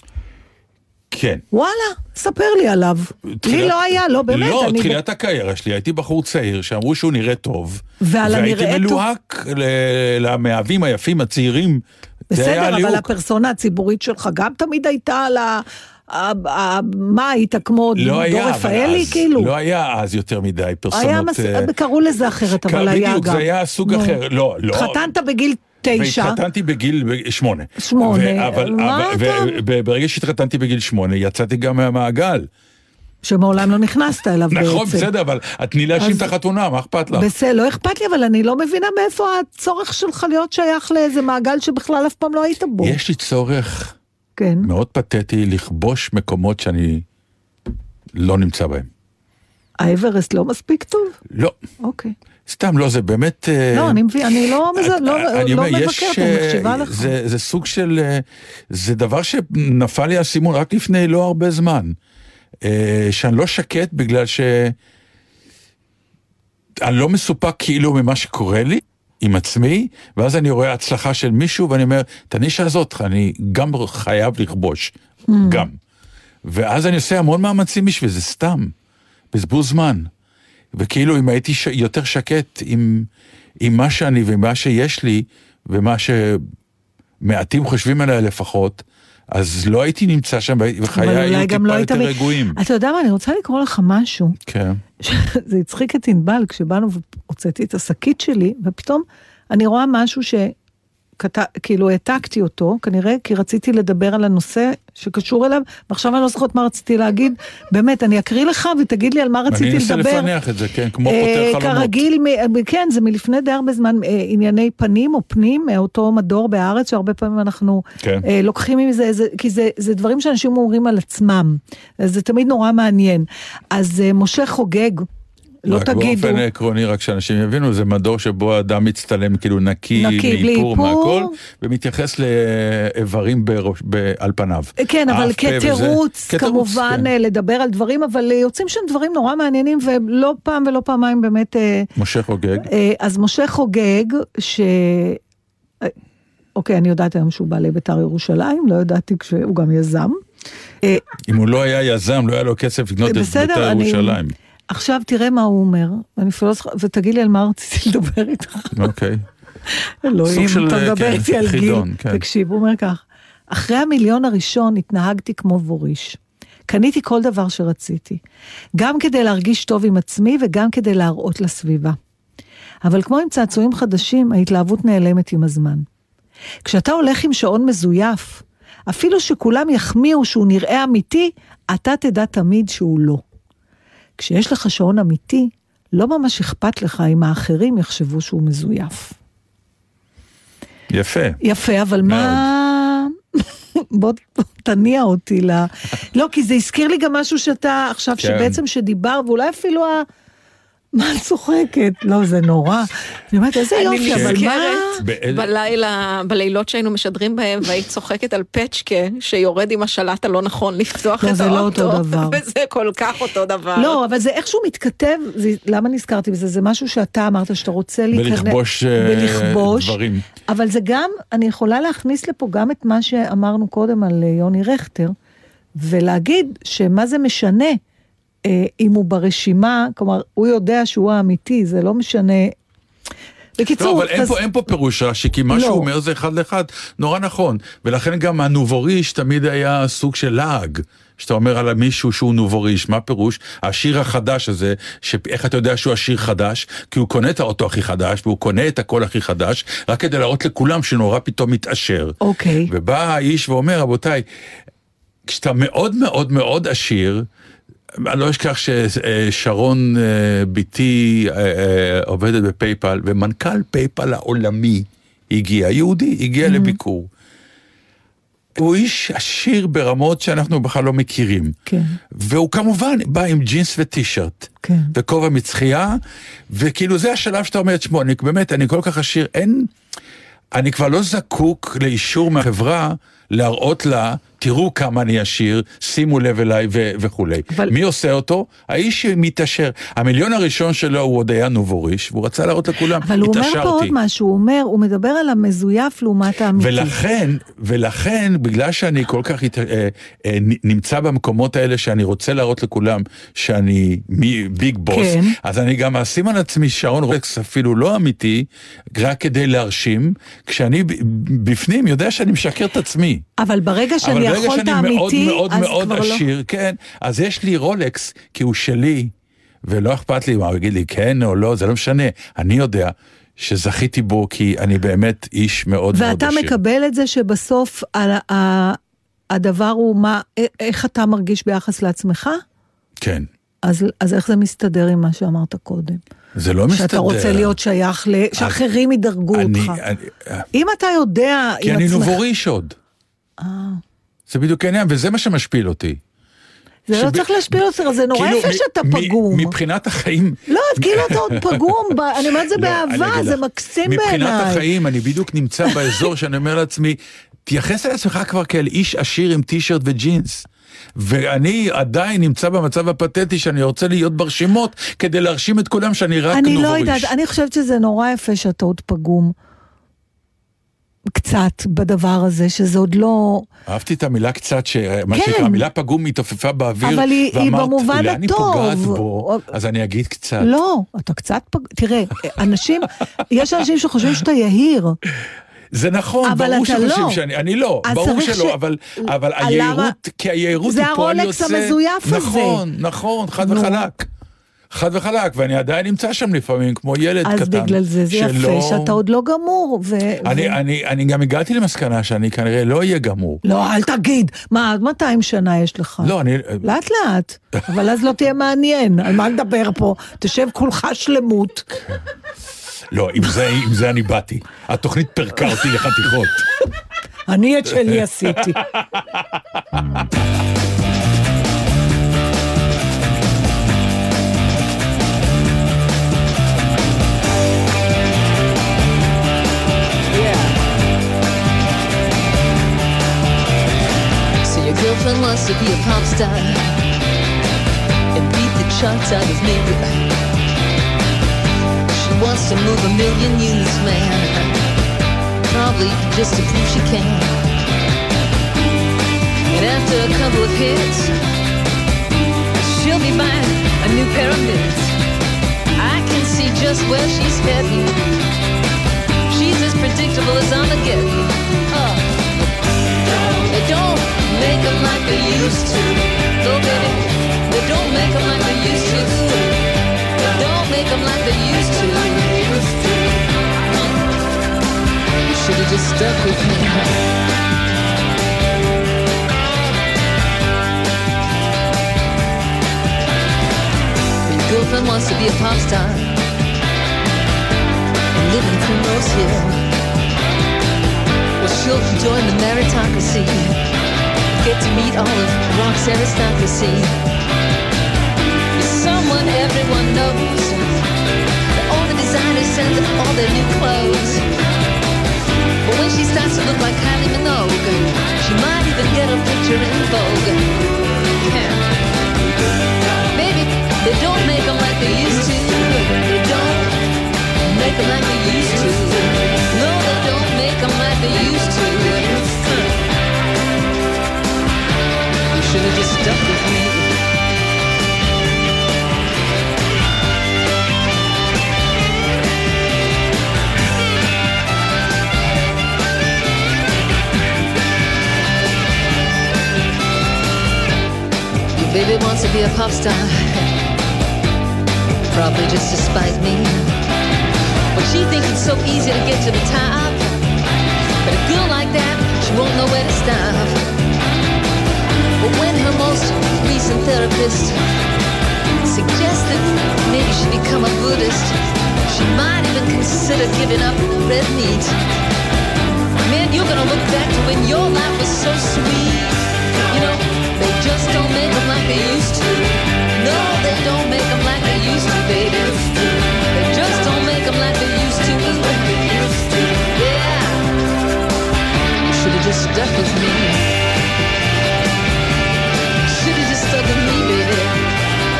Speaker 2: כן.
Speaker 3: וואלה, ספר לי עליו. לי
Speaker 2: תחילת-
Speaker 3: לא היה, לא באמת.
Speaker 2: לא,
Speaker 3: אני-
Speaker 2: תחילת הקריירה שלי, הייתי בחור צעיר שאמרו שהוא נראה טוב.
Speaker 3: ועל הנראה
Speaker 2: והייתי
Speaker 3: טוב-
Speaker 2: מלוהק ל- למאהבים היפים הצעירים. זה היה
Speaker 3: בסדר, אבל
Speaker 2: הליהוק.
Speaker 3: הפרסונה הציבורית שלך גם תמיד הייתה על ה... ה- ה- מה היית כמו
Speaker 2: לא
Speaker 3: דור
Speaker 2: היה, אבל
Speaker 3: רפאלי
Speaker 2: אז-
Speaker 3: כאילו?
Speaker 2: לא היה אז יותר מדי פרסומות.
Speaker 3: היה מס...
Speaker 2: אה,
Speaker 3: קראו לזה אחרת, אבל היה גם.
Speaker 2: בדיוק, זה היה סוג
Speaker 3: נו.
Speaker 2: אחר. לא, לא.
Speaker 3: התחתנת בגיל תשע,
Speaker 2: והתחתנתי בגיל ב- שמונה.
Speaker 3: שמונה,
Speaker 2: ו- אבל-
Speaker 3: מה
Speaker 2: אבל-
Speaker 3: אתה-
Speaker 2: ו- ו- ברגע שהתחתנתי בגיל שמונה, יצאתי גם מהמעגל.
Speaker 3: שמעולם לא נכנסת אליו בעצם.
Speaker 2: נכון, בסדר, אבל את תני להאשים
Speaker 3: אז-
Speaker 2: את החתונה, מה אכפת לך?
Speaker 3: בסדר, לא אכפת לי, אבל אני לא מבינה מאיפה הצורך שלך להיות שייך לאיזה מעגל שבכלל אף פעם לא היית בו.
Speaker 2: יש לא. לי צורך
Speaker 3: כן.
Speaker 2: מאוד פתטי לכבוש מקומות שאני לא נמצא בהם.
Speaker 3: האברסט לא מספיק טוב?
Speaker 2: לא,
Speaker 3: אוקיי.
Speaker 2: סתם לא, זה באמת... אה,
Speaker 3: לא, אני מבין, אני לא מזה-
Speaker 2: את-
Speaker 3: לא-
Speaker 2: אני
Speaker 3: לא
Speaker 2: אומר, יש,
Speaker 3: מבקרת, אני
Speaker 2: אה,
Speaker 3: מקשיבה לך.
Speaker 2: זה, זה סוג של, אה, זה דבר שנפל לי האסימון רק לפני לא הרבה זמן. אה, שאני לא שקט בגלל ש... אני לא מסופק כאילו ממה שקורה לי עם עצמי, ואז אני רואה הצלחה של מישהו ואני אומר, את הנישה הזאת אני גם חייב לכבוש,
Speaker 3: Mm.
Speaker 2: גם. ואז אני עושה המון מאמצים בשביל זה, סתם. בזבוז זמן. וכאילו אם הייתי ש... יותר שקט עם... עם מה שאני ומה שיש לי, ומה שמעטים חושבים עליי לפחות, אז לא הייתי נמצא שם, והי- וחיי
Speaker 3: אבל
Speaker 2: היו
Speaker 3: אולי גם לא
Speaker 2: טיפה
Speaker 3: היית...
Speaker 2: יותר
Speaker 3: מ-
Speaker 2: רגועים.
Speaker 3: אתה יודע מה, אני רוצה לקרוא לך משהו. [LAUGHS]
Speaker 2: כן.
Speaker 3: זה הצחיק את ענבל כשבאנו והוצאתי את השקית שלי, ופתאום אני רואה משהו שכאילו העתקתי אותו, כנראה כי רציתי לדבר על הנושא שקשור אליו, ועכשיו אני לא זוכרת מה רציתי להגיד. באמת, אני אקריא לך ותגיד לי על מה רציתי
Speaker 2: אני
Speaker 3: לדבר.
Speaker 2: אנסה לפענח את זה, כן, כמו
Speaker 3: אה,
Speaker 2: פותר חלומות.
Speaker 3: כרגיל, מ- כן, זה מלפני די הרבה זמן, אה, ענייני פנים או פנים, אה, אותו מדור בארץ, שהרבה פעמים אנחנו
Speaker 2: כן.
Speaker 3: אה, לוקחים עם זה, איזה- כי זה, זה דברים שאנשים אומרים על עצמם. אז זה תמיד נורא מעניין. אז אה, משה חוגג, לא
Speaker 2: רק
Speaker 3: תגידו.
Speaker 2: באופן אה, עקרוני, רק שאנשים יבינו, זה מדור שבו האדם מצטלם כאילו נקי,
Speaker 3: נקי, בלי
Speaker 2: מאיפור,
Speaker 3: איפור.
Speaker 2: מהכל, ומתייחס לאיברים בראש- ב- על פניו.
Speaker 3: אה, כן, אבל
Speaker 2: אף, פה וזה-
Speaker 3: כתירוץ,
Speaker 2: כתירוץ,
Speaker 3: כמובן,
Speaker 2: כן.
Speaker 3: אה, לדבר על דברים, אבל אה, יוצאים שם דברים נורא מעניינים, ולא פעם ולא פעמיים באמת אה,
Speaker 2: משה חוגג,
Speaker 3: אה, אז משה חוגג, ש... אה, אוקיי, אני יודעת היום שהוא בעלי בית"ר ירושלים, לא ידעתי כשהוא גם יזם. אה,
Speaker 2: אם הוא לא היה יזם, לא היה לו כסף לקנות את בית"ר
Speaker 3: בסדר, אני...
Speaker 2: ירושלים.
Speaker 3: עכשיו תראה מה הוא אומר, אני אפילו לא זוכרת, ותגיד לי על מה רציתי [LAUGHS] לדבר איתך.
Speaker 2: אוקיי.
Speaker 3: אלוהים,
Speaker 2: של,
Speaker 3: אתה
Speaker 2: אה,
Speaker 3: מדבר
Speaker 2: כן,
Speaker 3: איתי על גיל.
Speaker 2: חידון, כן.
Speaker 3: תקשיב, הוא אומר כך, אחרי המיליון הראשון התנהגתי כמו בוריש. קניתי כל דבר שרציתי, גם כדי להרגיש טוב עם עצמי וגם כדי להראות לסביבה. אבל כמו עם צעצועים חדשים, ההתלהבות נעלמת עם הזמן. כשאתה הולך עם שעון מזויף, אפילו שכולם יחמיאו שהוא נראה אמיתי, אתה תדע תמיד שהוא לא. כשיש לך שעון אמיתי, לא ממש אכפת לך אם האחרים יחשבו שהוא מזויף.
Speaker 2: יפה.
Speaker 3: יפה, אבל מה... [LAUGHS] בוא בוא תניע אותי ל... לא, כי זה הזכיר לי גם משהו שאתה עכשיו,
Speaker 2: כן.
Speaker 3: שבעצם שדיבר, ואולי אפילו ה... מה את צוחקת? לא, זה נורא. אני אומרת, איזה
Speaker 4: אני
Speaker 3: יופי, אבל מה...
Speaker 4: נזכרת
Speaker 2: באיזה-
Speaker 4: בלילה, בלילות שהיינו משדרים בהם, והיית צוחקת על פצ'קה שיורד עם השלט הלא נכון לפתוח
Speaker 3: לא,
Speaker 4: את
Speaker 3: זה
Speaker 4: האוטו.
Speaker 3: לא אותו דבר.
Speaker 4: [LAUGHS] וזה כל כך אותו דבר.
Speaker 3: לא, אבל זה איכשהו מתכתב, זה, למה נזכרתי בזה? זה משהו שאתה אמרת שאתה רוצה להיכנס...
Speaker 2: ולכבוש, אה,
Speaker 3: ולכבוש,
Speaker 2: דברים.
Speaker 3: אבל זה גם, אני יכולה להכניס לפה גם את מה שאמרנו קודם על אה, יוני רכטר, ולהגיד שמה זה משנה אה, אם הוא ברשימה, כלומר, הוא יודע שהוא האמיתי, זה לא משנה. בקיצור,
Speaker 2: לא, אבל אין
Speaker 3: תס-
Speaker 2: פה, אין פה פירוש רש"י, כי מה
Speaker 3: לא.
Speaker 2: שהוא אומר זה אחד לאחד, נורא נכון. ולכן גם הנובוריש תמיד היה סוג של לעג. שאתה אומר על מישהו שהוא נובוריש, מה פירוש? השיר החדש הזה, ש... איך אתה יודע שהוא השיר חדש? כי הוא קונה את האוטו הכי חדש, והוא קונה את הכל הכי חדש, רק כדי להראות לכולם שנורא פתאום מתעשר.
Speaker 3: אוקיי.
Speaker 2: ובא האיש ואומר, רבותיי, כשאתה מאוד מאוד מאוד עשיר, אני לא אשכח ששרון אה, בתי אה, אה, עובדת בפייפל, ומנכ"ל פייפל העולמי הגיע, יהודי, הגיע לביקור. הוא איש עשיר ברמות שאנחנו בכלל לא מכירים.
Speaker 3: כן.
Speaker 2: והוא כמובן בא עם ג'ינס וטישרט.
Speaker 3: כן.
Speaker 2: וכובע מצחייה, וכאילו זה השלב שאתה אומר, תשמעו, אני באמת, אני כל כך עשיר, אין... אני כבר לא זקוק לאישור מהחברה להראות לה, תראו כמה אני עשיר, שימו לב אליי ו- וכולי. אבל...
Speaker 3: אבל-
Speaker 2: מי עושה אותו? האיש שמתעשר. המיליון הראשון שלו הוא עוד היה נובוריש, והוא רצה להראות לכולם,
Speaker 3: אבל הוא אומר פה עוד
Speaker 2: התעשרתי.
Speaker 3: משהו, הוא אומר, הוא מדבר על המזויף לעומת האמיתי.
Speaker 2: ולכן, ולכן, בגלל שאני כל כך הת... אה, אה, נ- נמצא במקומות האלה שאני רוצה להראות לכולם שאני מי- ביג בוס,
Speaker 3: כן.
Speaker 2: אז אני גם אשים על עצמי שעון רקס אפילו לא אמיתי, רק כדי להרשים, כשאני ב- בפנים יודע שאני משקר את עצמי.
Speaker 3: אבל ברגע
Speaker 2: אבל
Speaker 3: שאני
Speaker 2: ברגע
Speaker 3: יכול את
Speaker 2: שאני
Speaker 3: האמיתי,
Speaker 2: מאוד
Speaker 3: אז
Speaker 2: מאוד מאוד
Speaker 3: כבר לא.
Speaker 2: עשיר, לא... כן, אז יש לי רולקס, כי הוא שלי, ולא אכפת לי מה הוא יגיד לי כן או לא, זה לא משנה, אני יודע. שזכיתי בו כי אני באמת איש מאוד מאוד
Speaker 3: ואתה
Speaker 2: עשיר.
Speaker 3: מקבל את זה שבסוף ה- ה- הדבר הוא מה, א- איך אתה מרגיש ביחס לעצמך?
Speaker 2: כן.
Speaker 3: אז, אז איך זה מסתדר עם מה שאמרת קודם?
Speaker 2: זה לא מסתדר.
Speaker 3: שאתה רוצה להיות שייך, ל... שאחרים ידרגו
Speaker 2: אני,
Speaker 3: אותך.
Speaker 2: אני, אה.
Speaker 3: אם אתה יודע
Speaker 2: כי
Speaker 3: עם
Speaker 2: אני
Speaker 3: עצמך, אה.
Speaker 2: נובוריש עוד. זה בדיוק העניין, וזה מה שמשפיל אותי.
Speaker 3: זה לא
Speaker 2: שב-
Speaker 3: צריך להשפיל אותך, זה נורא
Speaker 2: כאילו,
Speaker 3: יפה
Speaker 2: מ-
Speaker 3: שאתה
Speaker 2: מ-
Speaker 3: פגום.
Speaker 2: מבחינת החיים...
Speaker 3: לא, את כאילו אתה עוד פגום, ב- אני אומרת את זה
Speaker 2: לא, אני
Speaker 3: באהבה,
Speaker 2: אגיד
Speaker 3: זה
Speaker 2: לך,
Speaker 3: מקסים
Speaker 2: מבחינת
Speaker 3: בעיניי.
Speaker 2: החיים, אני בדיוק נמצא באזור שאני אומר לעצמי, תייחס אל עצמך כבר כאל איש עשיר עם טישרט וג'ינס. ואני עדיין נמצא במצב הפתטי שאני רוצה להיות ברשימות כדי להרשים את כולם שאני רק
Speaker 3: אני
Speaker 2: נובוריש.
Speaker 3: לא יודעת, אני חושבת שזה נורא יפה שאתה עוד פגום. קצת בדבר הזה, שזה עוד לא...
Speaker 2: אהבתי את המילה קצת, ש... מה
Speaker 3: כן.
Speaker 2: שנקרא, המילה פגום התעופפה באוויר,
Speaker 3: אבל היא- היא
Speaker 2: ואמרת,
Speaker 3: במובן
Speaker 2: אולי אני
Speaker 3: הטוב."
Speaker 2: פוגעת בו,
Speaker 3: או-
Speaker 2: אז אני אגיד קצת.
Speaker 3: לא, אתה קצת פג... תראה, אנשים, [LAUGHS] יש אנשים שחושבים שאתה יהיר.
Speaker 2: זה נכון,
Speaker 3: אבל
Speaker 2: ברור
Speaker 3: אתה
Speaker 2: שחושבים
Speaker 3: לא.
Speaker 2: שאני, אני לא,
Speaker 3: אז
Speaker 2: ברור
Speaker 3: צריך
Speaker 2: שלא,
Speaker 3: ש- אה,
Speaker 2: אבל, אבל
Speaker 3: למה-
Speaker 2: היהירות, כי היהירות
Speaker 3: זה
Speaker 2: היא פועל יוצא,
Speaker 3: הרולקס המזויף הזה.
Speaker 2: נכון, נכון, חד
Speaker 3: נו.
Speaker 2: וחלק. חד וחלק, ואני עדיין נמצא שם לפעמים, כמו ילד
Speaker 3: אז
Speaker 2: קטן.
Speaker 3: בגלל זה זה יפה
Speaker 2: שלא-
Speaker 3: שאתה עוד לא גמור. ו...
Speaker 2: אני,
Speaker 3: ו...
Speaker 2: אני, אני גם הגעתי למסקנה שאני כנראה לא אהיה גמור.
Speaker 3: לא, אל תגיד. מה, עד 200 שנה יש לך?
Speaker 2: לא, אני...
Speaker 3: לאט לאט, אבל אז לא תהיה מעניין, על מה נדבר פה? תשב כולך שלמות.
Speaker 2: לא, עם זה, עם זה אני באתי. התוכנית פירקה אותי לחתיכות.
Speaker 3: אני את
Speaker 2: [LAUGHS]
Speaker 3: שלי עשיתי.
Speaker 7: So your girlfriend wants to be a pop star and beat the charts out of me. She wants to move a million years, man. Probably just to prove she can. And after a couple of hits, she'll be buying a new pair of mitts. I can see just where she's heading. She's as predictable as Armageddon. Oh. They don't make 'em like they used to. Go, baby. They don't make 'em like they used to. They don't make 'em like they used to. You should have just stuck with me. Your girlfriend wants to be a pop star and live in Primrose Hill. Well, she'll join the meritocracy. Get to meet all of Rock's aristocracy. Someone everyone knows. 'em like they used to. No, they don't make 'em like they used to. You should have just stuck with me. Your baby wants to be a pop star. Probably just to spite me. But she thinks it's so easy to get to the top. But a girl like that, she won't know where to stop. But when her most recent therapist suggested maybe she become a Buddhist, she might even consider giving up red meat. Man, you're gonna look back to when your life was so sweet. You know, they just don't make them like they used to. No, they don't make them like they used to, baby. They just don't make them like they used to. Yeah. You should have just stuck with me. Should have just stuck with me, baby.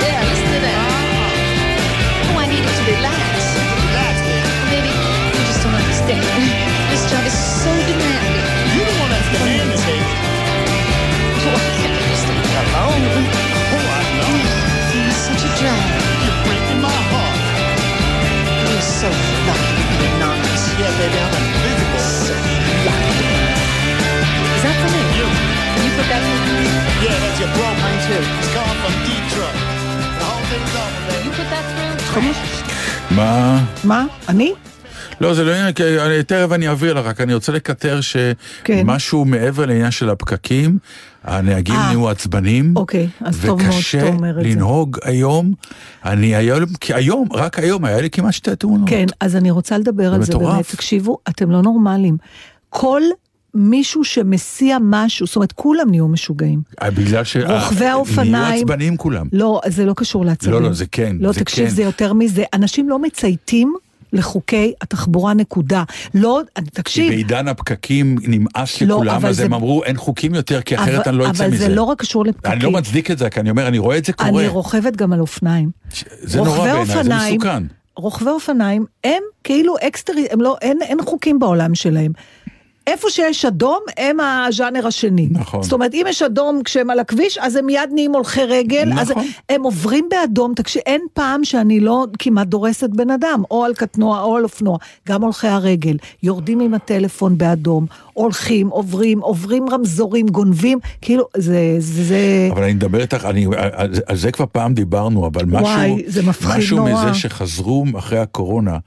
Speaker 7: Yeah, listen to that. Oh, I needed to relax. Baby, you just don't understand. This job is so demanding. You don't want to understand this, baby. Oh, I can't just leave it alone. Oh, I know. You're such a drag. You're breaking my heart. You're so lucky to be anonymous. Yeah, baby, I'm invisible. So lucky. Is that for me? You. You put that in? Yeah, that's your problem. Mine too. It's coming from Detroit. The whole thing's over, baby. You put that through?
Speaker 2: מה?
Speaker 3: מה? אני?
Speaker 2: לא, זה לא עניין, כי אני- תכף אני אעביר לך, רק אני רוצה לקטר
Speaker 3: כן.
Speaker 2: שמשהו מעבר לעניין של הפקקים, הנהגים
Speaker 3: אה.
Speaker 2: נהיו עצבנים.
Speaker 3: אוקיי, אז טוב מאוד שאתה אומר את
Speaker 2: וקשה
Speaker 3: זה.
Speaker 2: לנהוג היום. אני היום, כי היום, רק היום, היה לי כמעט שתי תאונות.
Speaker 3: כן, אז אני רוצה לדבר
Speaker 2: זה
Speaker 3: על זה
Speaker 2: מטורף.
Speaker 3: באמת. תקשיבו, אתם לא נורמלים. כל מישהו שמסיע משהו, זאת אומרת, כולם נהיו משוגעים.
Speaker 2: אה, בגלל ש...
Speaker 3: רוכבי
Speaker 2: אה, נהיו
Speaker 3: האופניים-
Speaker 2: עצבנים כולם.
Speaker 3: לא, זה לא קשור לעצבים.
Speaker 2: לא, לא, זה כן,
Speaker 3: לא,
Speaker 2: זה
Speaker 3: תקשיב,
Speaker 2: כן.
Speaker 3: זה יותר מזה. אנשים לא מצייתים לחוקי התחבורה, נקודה. לא,
Speaker 2: כי
Speaker 3: תקשיב.
Speaker 2: בעידן הפקקים נמאס
Speaker 3: לא,
Speaker 2: לכולם,
Speaker 3: אבל
Speaker 2: אז הם
Speaker 3: זה-
Speaker 2: אמרו, אין חוקים יותר, כי אחרת
Speaker 3: אבל-
Speaker 2: אני לא אצא
Speaker 3: אבל
Speaker 2: מזה.
Speaker 3: זה לא רק קשור לפקקים.
Speaker 2: אני לא מצדיק את זה, כי אני אומר, אני רואה את זה קורה.
Speaker 3: אני רוכבת גם על אופניים.
Speaker 2: זה נורא
Speaker 3: רוכבי
Speaker 2: בעיניי, זה
Speaker 3: אופניים-
Speaker 2: מסוכן.
Speaker 3: רוכבי אופניים הם כאילו אקסטרי, הם לא, אין, אין חוקים בעולם שלהם. איפה שיש אדום, הם הז'אנר השני.
Speaker 2: נכון.
Speaker 3: זאת אומרת, אם יש אדום כשהם על הכביש, אז הם מיד נהיים הולכי רגל, אז
Speaker 2: נכון.
Speaker 3: הם עוברים באדום. תקשיב, אין פעם שאני לא כמעט דורסת בן אדם, או על קטנוע או על אופנוע. גם הולכי הרגל, יורדים עם הטלפון באדום, הולכים, עוברים, עוברים רמזורים, גונבים, כאילו, זה... זה...
Speaker 2: אבל אני מדבר איתך, אני, על, על זה כבר פעם דיברנו, אבל משהו,
Speaker 3: וואי, זה מפחיד
Speaker 2: משהו
Speaker 3: נורא.
Speaker 2: מזה שחזרו אחרי הקורונה,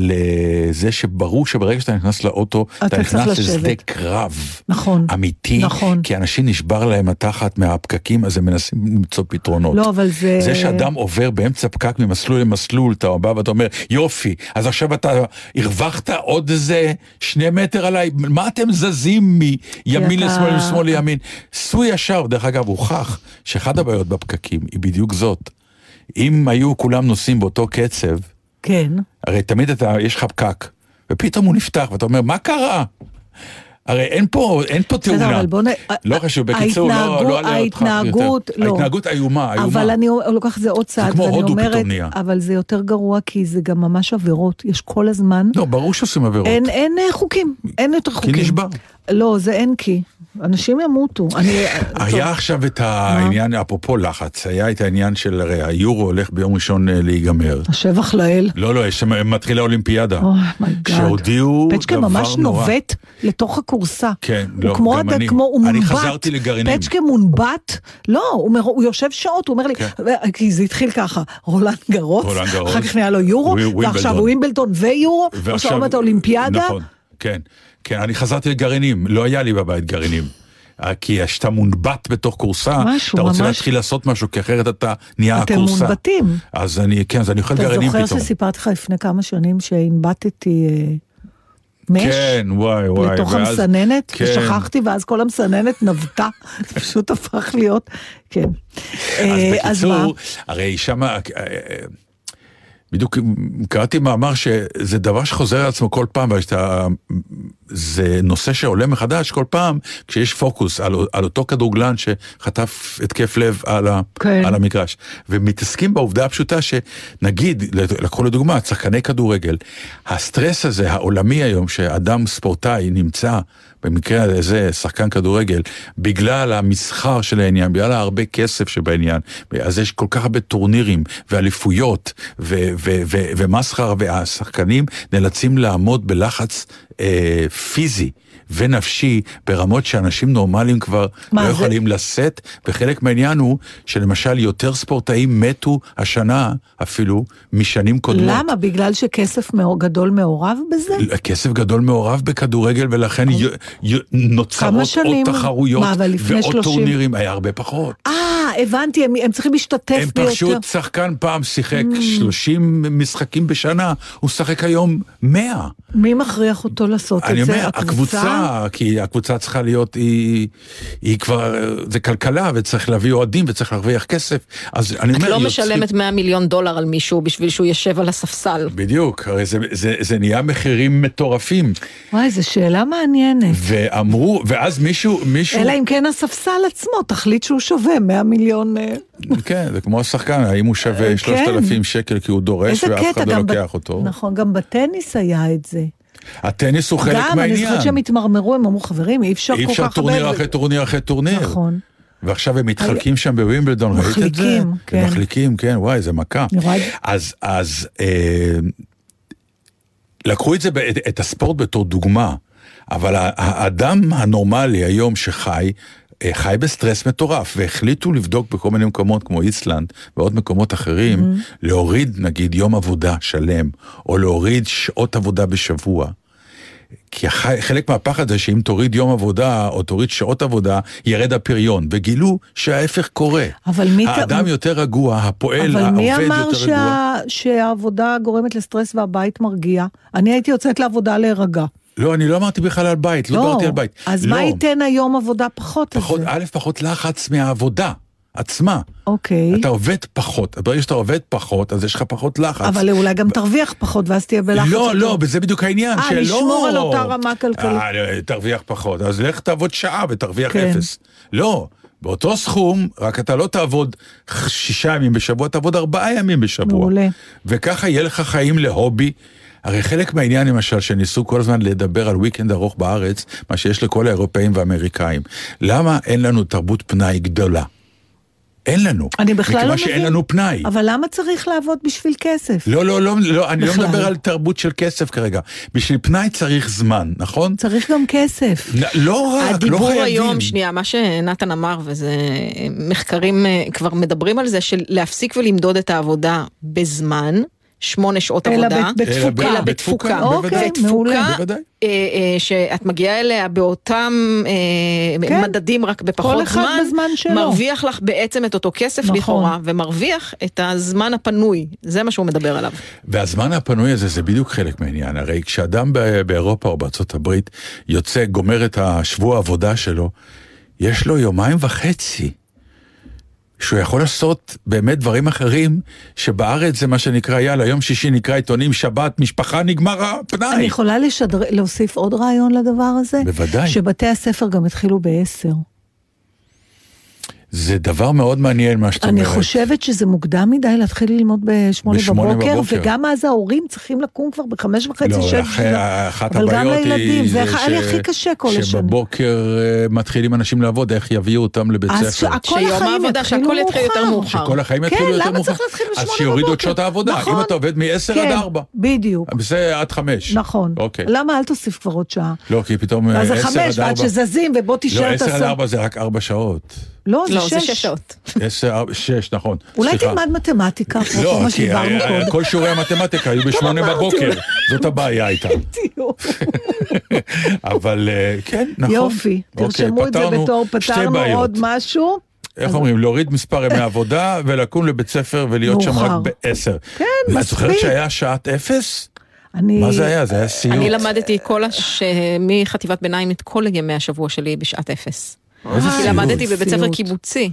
Speaker 2: לזה שברור שברגע שאתה נכנס לאוטו, אתה,
Speaker 3: אתה צריך
Speaker 2: נכנס לשדה
Speaker 3: לשבת.
Speaker 2: קרב.
Speaker 3: נכון.
Speaker 2: אמיתי,
Speaker 3: נכון.
Speaker 2: כי אנשים נשבר להם התחת מהפקקים, אז הם מנסים למצוא פתרונות.
Speaker 3: לא, אבל זה-
Speaker 2: זה שאדם עובר באמצע פקק ממסלול למסלול, אתה בא ואתה אומר, יופי, אז עכשיו אתה הרווחת עוד איזה שני מטר עליי, מה אתם זזים מימין
Speaker 3: אתה-
Speaker 2: לשמאל, משמאל לימין? סעו ישר, דרך אגב, הוכח שאחד הבעיות בפקקים היא בדיוק זאת. אם היו כולם נוסעים באותו קצב,
Speaker 3: כן.
Speaker 2: הרי תמיד אתה, יש לך פקק, ופתאום הוא נפתח, ואתה אומר, מה קרה? הרי אין פה, אין פה
Speaker 3: בסדר,
Speaker 2: תאונה.
Speaker 3: אבל בוא נ-
Speaker 2: לא חשוב, בקיצור, לא,
Speaker 3: ההתנהגות-
Speaker 2: לא אלאה אותך יותר.
Speaker 3: ההתנהגות, לא.
Speaker 2: ההתנהגות איומה, איומה.
Speaker 3: אבל אני לוקחת את זה עוד צעד,
Speaker 2: כמו
Speaker 3: ואני
Speaker 2: הודו
Speaker 3: אומרת,
Speaker 2: פתאום נהיה.
Speaker 3: אבל זה יותר גרוע, כי זה גם ממש עבירות, יש כל הזמן.
Speaker 2: לא, ברור שעושים עבירות.
Speaker 3: אין, אין אה, חוקים, אין יותר חוקים.
Speaker 2: נשבר.
Speaker 3: לא, זה אין כי. אנשים ימותו. אני...
Speaker 2: היה עכשיו את העניין, אפרופו לחץ, היה את העניין של, הרי היורו הולך ביום ראשון אה, להיגמר.
Speaker 3: השבח לאל. Oh
Speaker 2: לא, לא, יש שם, מתחילה אולימפיאדה.
Speaker 3: אומייגאד.
Speaker 2: שהודיעו
Speaker 3: פצ'קה
Speaker 2: דבר
Speaker 3: ממש
Speaker 2: נורא.
Speaker 3: נובט לתוך הכורסה.
Speaker 2: כן, לא,
Speaker 3: הוא כמו,
Speaker 2: גם
Speaker 3: אתה,
Speaker 2: אני.
Speaker 3: כמו, הוא
Speaker 2: אני
Speaker 3: מונבט.
Speaker 2: חזרתי לגרעינים.
Speaker 3: פצ'קה מונבט, לא, הוא, מר, הוא יושב שעות, הוא אומר לי,
Speaker 2: כן.
Speaker 3: ו- כי זה התחיל ככה, רולנד גרוס,
Speaker 2: רולנד גרוס.
Speaker 3: אחר כך נהיה לו יורו,
Speaker 2: ווי- ווימבלדון.
Speaker 3: ועכשיו ווימבלדון ויורו, ועכשיו עוד מעט האולימפיאדה.
Speaker 2: נכון, כן. כן, אני חזרתי לגרעינים, לא היה לי בבית גרעינים. אה, כי כשאתה מונבט בתוך כורסה,
Speaker 3: משהו,
Speaker 2: אתה רוצה
Speaker 3: ממש.
Speaker 2: להתחיל לעשות משהו, כי אחרת אתה נהיה
Speaker 3: אתם
Speaker 2: הכורסה.
Speaker 3: מונבטים.
Speaker 2: אז אני, כן, אז אני אוכל
Speaker 3: אתה
Speaker 2: גרעינים פתאום.
Speaker 3: זוכר שסיפרתי לך לפני כמה שנים שהנבטתי אה, מש?
Speaker 2: כן, וואי, וואי.
Speaker 3: לתוך
Speaker 2: ואז-
Speaker 3: המסננת,
Speaker 2: כן.
Speaker 3: ושכחתי, ואז כל המסננת נבטה, [LAUGHS] זה פשוט הפך להיות, כן.
Speaker 2: אז
Speaker 3: אה, מה?
Speaker 2: בקיצור, הרי שמה... אה, אה, בדיוק קראתי מאמר שזה דבר שחוזר על עצמו כל פעם, וכשאתה זה נושא שעולה מחדש כל פעם כשיש פוקוס על, על אותו כדורגלן שחטף התקף לב על, ה,
Speaker 3: כן.
Speaker 2: על המגרש. ומתעסקים בעובדה הפשוטה שנגיד, לקחו לדוגמה, שחקני כדורגל, הסטרס הזה העולמי היום שאדם ספורטאי נמצא, במקרה הזה שחקן כדורגל, בגלל המסחר של העניין, בגלל הרבה כסף שבעניין, אז יש כל כך הרבה טורנירים ואליפויות ו- ו- ו- ומסחר והשחקנים נאלצים לעמוד בלחץ אה, פיזי. ונפשי ברמות שאנשים נורמליים כבר לא
Speaker 3: מה, זה-
Speaker 2: יכולים לשאת, וחלק מהעניין הוא שלמשל יותר ספורטאים מתו השנה אפילו משנים קודמות.
Speaker 3: למה? בגלל שכסף מאו- גדול מעורב בזה?
Speaker 2: כסף גדול מעורב בכדורגל ולכן י, י,
Speaker 3: כמה
Speaker 2: נוצרות עוד
Speaker 3: שנים?
Speaker 2: תחרויות
Speaker 3: מה, אבל לפני
Speaker 2: ועוד
Speaker 3: 30?
Speaker 2: טורנירים, היה הרבה פחות.
Speaker 3: אה, הבנתי, הם, הם צריכים להשתתף
Speaker 2: הם
Speaker 3: ביותר. Mm.
Speaker 2: פשוט שחקן פעם שיחק 30 משחקים בשנה, הוא שחק היום 100.
Speaker 3: מי מכריח אותו לעשות
Speaker 2: אני
Speaker 3: את זה?
Speaker 2: אומר, הקבוצה, כי הקבוצה צריכה להיות, היא, היא כבר, זה כלכלה וצריך להביא אוהדים וצריך להרוויח כסף, אז אני
Speaker 4: את
Speaker 2: אומר,
Speaker 4: לא
Speaker 2: יוצרים-
Speaker 4: משלמת 100 מיליון דולר על מישהו בשביל שהוא יושב על הספסל.
Speaker 2: בדיוק, הרי זה, זה, זה נהיה מחירים מטורפים,
Speaker 3: וואי, זו שאלה מעניינת.
Speaker 2: ואמרו, ואז מישהו, מישהו...
Speaker 3: אלא אם כן הספסל עצמו, תחליט שהוא שווה 100 מיליון... אה,
Speaker 2: כן, זה כמו השחקן, האם הוא שווה 3,000 שקל כי הוא דורש
Speaker 3: כן. איזה
Speaker 2: ואף
Speaker 3: קטע,
Speaker 2: אחד לא
Speaker 3: גם ב-
Speaker 2: לוקח אותו.
Speaker 3: נכון, גם בטניס היה את זה.
Speaker 2: הטניס הוא חלק
Speaker 3: גם, אני זוכרת
Speaker 2: מהעניין.
Speaker 3: שהם התמרמרו, הם אמרו, חברים, אי אפשר כל
Speaker 2: אי
Speaker 3: כך...
Speaker 2: אפשר טורניר
Speaker 3: הרבה-
Speaker 2: אחרי טורניר אחרי טורניר.
Speaker 3: נכון.
Speaker 2: ועכשיו הם מתחלקים שם בווימבלדון, ראית את זה?
Speaker 3: מחליקים, כן.
Speaker 2: הם מחליקים, כן, וואי, זה מכה.
Speaker 3: אני רואה את זה.
Speaker 2: אז, אז אה, לקחו את זה, ב- את, את הספורט בתור דוגמה, אבל ה- האדם הנורמלי היום שחי, אה, חי בסטרס מטורף, והחליטו לבדוק בכל מיני מקומות כמו איסלנד ועוד מקומות אחרים, mm-hmm. להוריד נגיד יום עבודה שלם, או להוריד שעות עבודה בשבוע. כי הח- חלק מהפחד זה שאם תוריד יום עבודה או תוריד שעות עבודה, ירד הפריון, וגילו שההפך קורה.
Speaker 3: אבל מי... ת-
Speaker 2: האדם יותר רגוע, הפועל,
Speaker 3: אבל מי
Speaker 2: העובד
Speaker 3: אמר
Speaker 2: יותר רגוע.
Speaker 3: שה... שהעבודה גורמת לסטרס והבית מרגיע? אני הייתי יוצאת לעבודה להירגע.
Speaker 2: לא, אני לא אמרתי בכלל על בית, לא דיברתי על בית.
Speaker 3: אז
Speaker 2: לא,
Speaker 3: מה ייתן היום עבודה פחות,
Speaker 2: פחות, אה,
Speaker 3: הזה?
Speaker 2: א', פחות לחץ מהעבודה עצמה.
Speaker 3: אוקיי.
Speaker 2: אתה עובד פחות, ברגע שאתה עובד פחות, אז יש לך פחות לחץ.
Speaker 3: אבל אולי גם תרוויח פחות, ואז תהיה בלחץ.
Speaker 2: לא,
Speaker 3: יותר.
Speaker 2: לא, וזה בדיוק העניין,
Speaker 3: אה,
Speaker 2: שלא...
Speaker 3: לשמור על אותה רמה כלכלית.
Speaker 2: אה, תרוויח פחות, אז לך תעבוד שעה ותרוויח
Speaker 3: כן.
Speaker 2: אפס. לא, באותו סכום, רק אתה לא תעבוד שישה ימים בשבוע, תעבוד ארבעה ימים בשבוע.
Speaker 3: מעולה.
Speaker 2: וככה יהיה לך חיים להובי. הרי חלק מהעניין למשל, שניסו כל הזמן לדבר על וויקנד ארוך בארץ, מה שיש לכל האירופאים והאמריקאים. למה אין לנו תרבות פנאי גדולה? אין לנו.
Speaker 3: אני בכלל לא מבין.
Speaker 2: מכיוון שאין לנו פנאי.
Speaker 3: אבל למה צריך לעבוד בשביל כסף?
Speaker 2: לא, לא, לא, לא, אני
Speaker 3: בכלל.
Speaker 2: לא מדבר על תרבות של כסף כרגע. בשביל פנאי צריך זמן, נכון?
Speaker 3: צריך גם כסף.
Speaker 2: נ- לא רק, לא
Speaker 4: הדיבור
Speaker 2: חייבים.
Speaker 4: היום, שנייה, מה שנתן אמר, וזה מחקרים אה, כבר מדברים על זה, של להפסיק ולמדוד את העבודה בזמן, שמונה שעות
Speaker 3: אלא
Speaker 4: עבודה.
Speaker 3: ב- בתפוקה.
Speaker 4: אלא בתפוקה,
Speaker 3: אוקיי,
Speaker 2: בוודאי.
Speaker 3: מעולה.
Speaker 2: בוודאי.
Speaker 4: אה, אה, שאת מגיעה אליה באותם אה,
Speaker 3: כן.
Speaker 4: מדדים רק בפחות
Speaker 3: כל אחד
Speaker 4: זמן,
Speaker 3: בזמן שלו.
Speaker 4: מרוויח לך בעצם את אותו כסף
Speaker 3: נכון.
Speaker 4: לכאורה, ומרוויח את הזמן הפנוי, זה מה שהוא מדבר עליו.
Speaker 2: והזמן הפנוי הזה זה בדיוק חלק מהעניין, הרי כשאדם ב- באירופה או בארצות הברית יוצא, גומר את השבוע העבודה שלו, יש לו יומיים וחצי שהוא יכול לעשות באמת דברים אחרים, שבארץ זה מה שנקרא, יאללה, יום שישי נקרא עיתונים, שבת, משפחה, נגמר הפנאי.
Speaker 3: אני יכולה לשדר... להוסיף עוד רעיון לדבר הזה?
Speaker 2: בוודאי.
Speaker 3: שבתי הספר גם התחילו בעשר.
Speaker 2: זה דבר מאוד מעניין מה שאת אומרת.
Speaker 3: אני חושבת שזה מוקדם מדי להתחיל ללמוד בשמונה
Speaker 2: בשמונה
Speaker 3: בבוקר,
Speaker 2: בבוקר.
Speaker 3: וגם אז ההורים צריכים לקום כבר בחמש וחצי,
Speaker 2: לא,
Speaker 3: שש.
Speaker 2: אחרי- אחת
Speaker 3: אבל גם
Speaker 2: הבעיות
Speaker 3: לילדים,
Speaker 2: היא
Speaker 3: זה
Speaker 2: ש-
Speaker 3: היה הכי קשה כל השנה.
Speaker 2: שבבוקר אה, מתחילים אנשים לעבוד, איך יביאו אותם לבית
Speaker 3: אז
Speaker 2: ספר.
Speaker 3: שהכל- כל
Speaker 4: שיום
Speaker 3: החיים
Speaker 4: העבודה,
Speaker 3: יתחילו
Speaker 4: שהכל יתחיל יותר
Speaker 3: מאוחר.
Speaker 4: מאוחר.
Speaker 2: שכל החיים
Speaker 3: כן,
Speaker 2: יתחילו יותר
Speaker 3: למה
Speaker 2: מאוחר.
Speaker 3: צריך להתחיל בשמונה
Speaker 2: אז
Speaker 3: בבוקר?
Speaker 2: שיורידו את שעות העבודה.
Speaker 3: נכון.
Speaker 2: אם אתה עובד מ-10
Speaker 3: כן,
Speaker 2: עד 4.
Speaker 3: בדיוק.
Speaker 2: זה עד 5.
Speaker 3: נכון.
Speaker 2: אוקיי.
Speaker 3: למה אל תוסיף כבר עוד שעה?
Speaker 2: לא, כי פתאום אה,
Speaker 3: אז
Speaker 2: 10
Speaker 3: זה
Speaker 2: עד 4.
Speaker 3: חמש, ועד שזזים, ובוא
Speaker 2: לא,
Speaker 3: תישאר את
Speaker 2: 10 עד
Speaker 3: הסוף.
Speaker 2: 4 זה רק 4 שעות.
Speaker 3: לא,
Speaker 4: לא, זה
Speaker 3: זה
Speaker 4: שש
Speaker 3: שעות.
Speaker 4: שעות.
Speaker 2: 10, 6, נכון.
Speaker 3: אולי
Speaker 2: סליחה.
Speaker 3: תלמד מתמטיקה, אפרופו
Speaker 2: לא,
Speaker 3: מה
Speaker 2: כי
Speaker 3: שדיברנו
Speaker 2: אה,
Speaker 3: קודם.
Speaker 2: כל שיעורי המתמטיקה היו בשמונה
Speaker 3: [LAUGHS] אמרתי,
Speaker 2: בבוקר.
Speaker 3: אולי.
Speaker 2: זאת הבעיה הייתה.
Speaker 3: בדיוק.
Speaker 2: נכון. [LAUGHS] אבל אה, כן, נכון.
Speaker 3: יופי,
Speaker 2: אוקיי,
Speaker 3: תרשמו את זה
Speaker 2: פתרנו
Speaker 3: בתור
Speaker 2: שתי
Speaker 3: פתרנו
Speaker 2: בעיות.
Speaker 3: עוד משהו.
Speaker 2: איך אומרים, להוריד מספר ימי עבודה ולקום לבית ספר ולהיות שם רק
Speaker 3: מאוחר.
Speaker 2: בעשר.
Speaker 3: כן,
Speaker 2: את זוכרת
Speaker 3: מספיק.
Speaker 2: שהיה שעת אפס?
Speaker 3: אני...
Speaker 2: מה זה היה? זה היה סיוט.
Speaker 4: אני למדתי כל הש... אה, מחטיבת ביניים את כל ימי השבוע שלי בשעת אפס.
Speaker 2: איזה
Speaker 4: כי
Speaker 2: סיוט.
Speaker 4: למדתי בבית ספר
Speaker 3: סיוט.
Speaker 4: קיבוצי,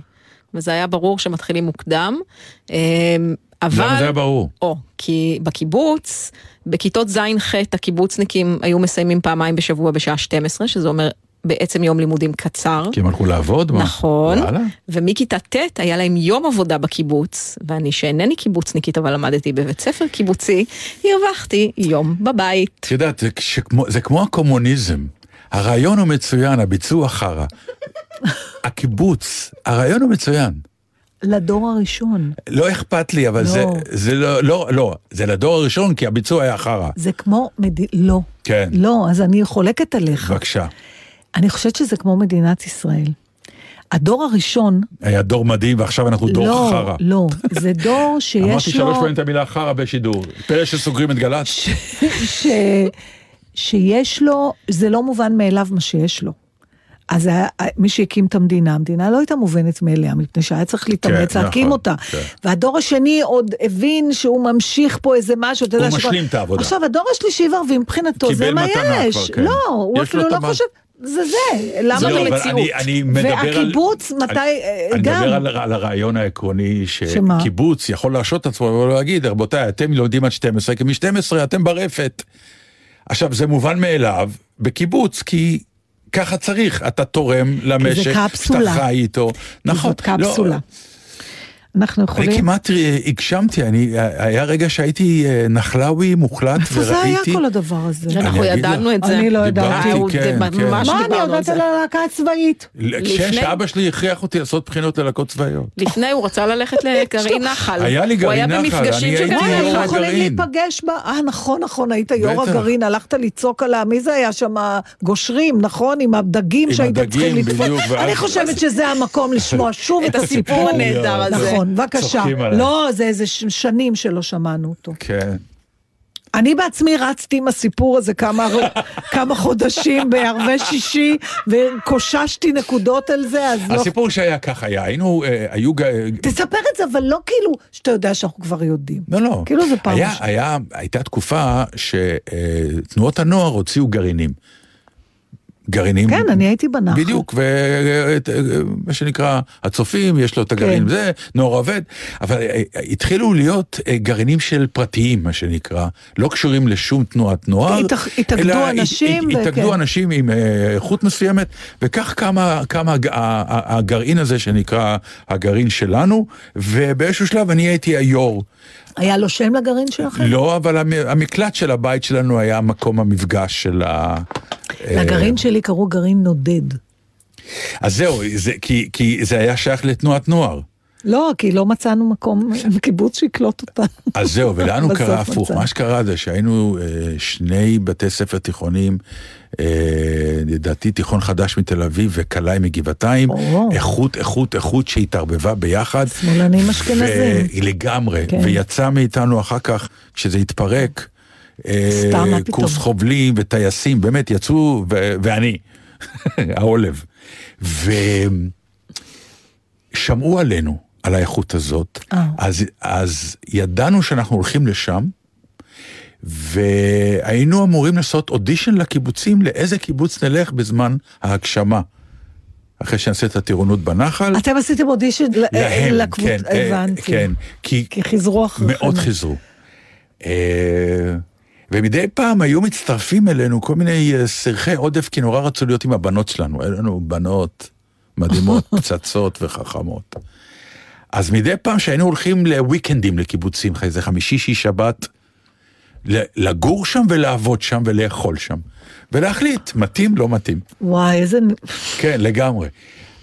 Speaker 4: וזה היה ברור שמתחילים מוקדם. אמ, אבל...
Speaker 2: למה זה היה ברור?
Speaker 4: או, כי בקיבוץ, בכיתות ז'-ח' הקיבוצניקים היו מסיימים פעמיים בשבוע בשעה 12, שזה אומר בעצם יום לימודים קצר.
Speaker 2: כי הם הלכו לעבוד? מה?
Speaker 4: נכון,
Speaker 2: וואלה.
Speaker 4: ומכיתה ט' היה להם יום עבודה בקיבוץ, ואני שאינני קיבוצניקית אבל למדתי בבית ספר קיבוצי, הרווחתי יום בבית.
Speaker 2: את יודעת, זה, שכמו, זה כמו הקומוניזם. הרעיון הוא מצוין, הביצוע חרא. הקיבוץ, הרעיון הוא מצוין.
Speaker 3: לדור הראשון.
Speaker 2: לא אכפת לי, אבל
Speaker 3: לא.
Speaker 2: זה, זה לא, לא, לא, זה לדור הראשון, כי הביצוע היה חרא.
Speaker 3: זה כמו... מד... לא.
Speaker 2: כן.
Speaker 3: לא, אז אני חולקת עליך.
Speaker 2: בבקשה.
Speaker 3: אני חושבת שזה כמו מדינת ישראל. הדור הראשון,
Speaker 2: היה דור מדהים, ועכשיו אנחנו דור
Speaker 3: לא,
Speaker 2: חרא.
Speaker 3: לא, זה דור שיש לו...
Speaker 2: [LAUGHS] אמרתי שלוש פעמים את המילה חרא בשידור. פלא שסוגרים את גל"צ?
Speaker 3: ש... שיש לו, זה לא מובן מאליו מה שיש לו. אז ה- ה- מי שהקים את המדינה, המדינה לא הייתה מובנת מאליה, מפני שהיה צריך להתאמץ
Speaker 2: כן,
Speaker 3: להקים
Speaker 2: נכון,
Speaker 3: אותה.
Speaker 2: כן.
Speaker 3: והדור השני עוד הבין שהוא ממשיך פה איזה משהו, אתה יודע
Speaker 2: הוא
Speaker 3: שכבר-
Speaker 2: משלים את העבודה.
Speaker 3: עכשיו, הדור השלישי והרביעי מבחינתו, זה
Speaker 2: קיבל
Speaker 3: מה
Speaker 2: מתנה
Speaker 3: יש.
Speaker 2: כבר, כן.
Speaker 3: לא, הוא
Speaker 2: יש לו
Speaker 3: אפילו
Speaker 2: את
Speaker 3: לא
Speaker 2: המ-
Speaker 3: חושב, זה זה, למה
Speaker 4: זאת
Speaker 2: לא, אבל
Speaker 4: המציאות.
Speaker 2: אני- אני מדבר על...
Speaker 3: והקיבוץ, מתי,
Speaker 2: אני-
Speaker 3: אה,
Speaker 2: אני
Speaker 3: גם.
Speaker 2: מדבר על- על הרעיון העקרוני
Speaker 3: שמה?
Speaker 2: שקיבוץ יכול להרשות את עצמו ולא להגיד, רבותיי, אתם לומדים עד 12, כי מ-12 אתם ברפת. עכשיו, זה מובן מאליו בקיבוץ, כי... ככה צריך, אתה תורם למשק,
Speaker 3: קפסולה.
Speaker 2: שאתה חי איתו. נכון.
Speaker 3: זאת קפסולה.
Speaker 2: לא,
Speaker 3: אנחנו
Speaker 2: אני
Speaker 3: יכולים...
Speaker 2: כמעט אה, הגשמתי, אני, אה, היה רגע שהייתי אה, נחלאווי מוחלט וראיתי...
Speaker 3: איפה זה היה כל הדבר הזה?
Speaker 4: אנחנו
Speaker 2: אגיד
Speaker 4: ידענו
Speaker 2: לך.
Speaker 4: את זה.
Speaker 3: אני לא ידעתי.
Speaker 4: אה, הוא-
Speaker 2: כן,
Speaker 4: זה
Speaker 2: כן.
Speaker 4: ממש
Speaker 3: מה, אני
Speaker 4: דיברנו על
Speaker 3: יודעת
Speaker 4: זה.
Speaker 3: על הלהקה הצבאית.
Speaker 4: לפני-
Speaker 2: כשאבא שלי הכריח אותי לעשות בחינות ללהקות צבאיות.
Speaker 4: לפני הוא רצה ללכת
Speaker 3: [LAUGHS]
Speaker 4: לגרעין נחל.
Speaker 2: היה לי גרעין
Speaker 4: הוא היה
Speaker 2: נחל,
Speaker 4: במפגשים
Speaker 2: אני
Speaker 4: של
Speaker 2: הייתי
Speaker 3: וואי,
Speaker 4: גרעין
Speaker 2: יו"ר
Speaker 3: אנחנו
Speaker 4: נחל.
Speaker 3: יכולים
Speaker 2: הגרעין.
Speaker 3: להיפגש ב... אה, נכון, נכון, היית יו"ר
Speaker 2: בטח.
Speaker 3: הגרעין, הלכת לצעוק על ה... מי זה היה שם? גושרים, נכון? עם הדגים
Speaker 2: עם
Speaker 3: שהייתם
Speaker 2: הדגים,
Speaker 3: צריכים לתפוס.
Speaker 2: בדיוק, ואז-
Speaker 3: אני חושבת שזה
Speaker 2: [LAUGHS]
Speaker 3: המקום לשמוע שוב את
Speaker 4: את הסיפור
Speaker 3: הסיפור.
Speaker 4: הנהדר הזה.
Speaker 3: נכון, בבקשה.
Speaker 2: צוחקים עליי.
Speaker 3: לא, זה איזה ש- שנים שלא שמענו אותו.
Speaker 2: כן.
Speaker 3: אני בעצמי רצתי עם הסיפור הזה כמה,
Speaker 2: [LAUGHS]
Speaker 3: כמה חודשים בערבי שישי, וקוששתי נקודות על זה, אז לא...
Speaker 2: הסיפור שהיה ככה היה, היינו, אה, היו... ג-
Speaker 3: תספר את זה, אבל לא כאילו שאתה יודע שאנחנו כבר יודעים.
Speaker 2: לא, לא.
Speaker 3: כאילו זה פעם
Speaker 2: היה,
Speaker 3: ראשונה.
Speaker 2: היה, הייתה תקופה שתנועות הנוער הוציאו גרעינים. גרעינים...
Speaker 3: כן, אני הייתי בנחל.
Speaker 2: Mm-hmm. בדיוק, ומה שנקרא, הצופים, יש לו את הגרעין
Speaker 3: כן.
Speaker 2: זה, נוער עובד, אבל אה, אה, התחילו להיות אה, גרעינים של פרטיים, מה שנקרא, לא קשורים לשום תנועת נוער.
Speaker 3: התאח- התאגדו
Speaker 2: אלא
Speaker 3: אנשים
Speaker 2: הת-
Speaker 3: ו-
Speaker 2: התאגדו
Speaker 3: כן.
Speaker 2: אנשים עם אה, איכות מסוימת, וכך קמה קמה הג- ה- ה- הגרעין הזה שנקרא הגרעין שלנו, ובאיזשהו שלב אני הייתי היו"ר.
Speaker 3: היה לו שם לגרעין שלכם?
Speaker 2: לא, אבל המ- המקלט של הבית שלנו היה מקום המפגש של ה... אה.
Speaker 3: לגרעין שלי קראו גרעין נודד.
Speaker 2: אז זהו, זה, כי, כי זה היה שייך לתנועת נוער.
Speaker 3: לא, כי לא מצאנו מקום, קיבוץ שיקלוט
Speaker 2: [LAUGHS]
Speaker 3: אותנו.
Speaker 2: אז זהו, ולנו
Speaker 3: בסוף
Speaker 2: קרה הפוך.
Speaker 3: מצאנו.
Speaker 2: מה שקרה זה שהיינו אה, שני בתי ספר תיכונים, אה, לדעתי תיכון חדש מתל אביב וקלעי מגבעתיים,
Speaker 3: או.
Speaker 2: איכות, איכות, איכות שהתערבבה ביחד.
Speaker 3: שמאלנים אשכנזים.
Speaker 2: ו- לגמרי,
Speaker 3: כן.
Speaker 2: ויצא מאיתנו אחר כך, כשזה התפרק, אה,
Speaker 3: סתם, מה פתאום?
Speaker 2: קורס חובלים וטייסים, באמת יצאו, ו- ואני, [LAUGHS] העולב. ושמעו עלינו, על האיכות הזאת,
Speaker 3: אה.
Speaker 2: אז, אז ידענו שאנחנו הולכים לשם, והיינו אמורים לעשות אודישן לקיבוצים, לאיזה קיבוץ נלך בזמן ההגשמה. אחרי שנעשה את הטירונות בנחל.
Speaker 3: אתם עשיתם אודישן ל-
Speaker 2: להם,
Speaker 3: לקבוצ-
Speaker 2: כן, אה,
Speaker 3: הבנתי.
Speaker 2: כן, כי
Speaker 3: כי חיזרו אחריכם.
Speaker 2: מאוד חיזרו. אה, ומדי פעם היו מצטרפים אלינו כל מיני אה, סרחי עודף, כי נורא רצו להיות עם הבנות שלנו. היו לנו בנות
Speaker 3: [LAUGHS]
Speaker 2: מדהימות, פצצות וחכמות. אז מדי פעם שהיינו הולכים לוויקנדים לקיבוצים, איזה חמישי, שיש שבת, ל- לגור שם ולעבוד שם ולאכול שם. ולהחליט, מתאים, לא מתאים.
Speaker 3: וואי, איזה...
Speaker 2: כן, לגמרי.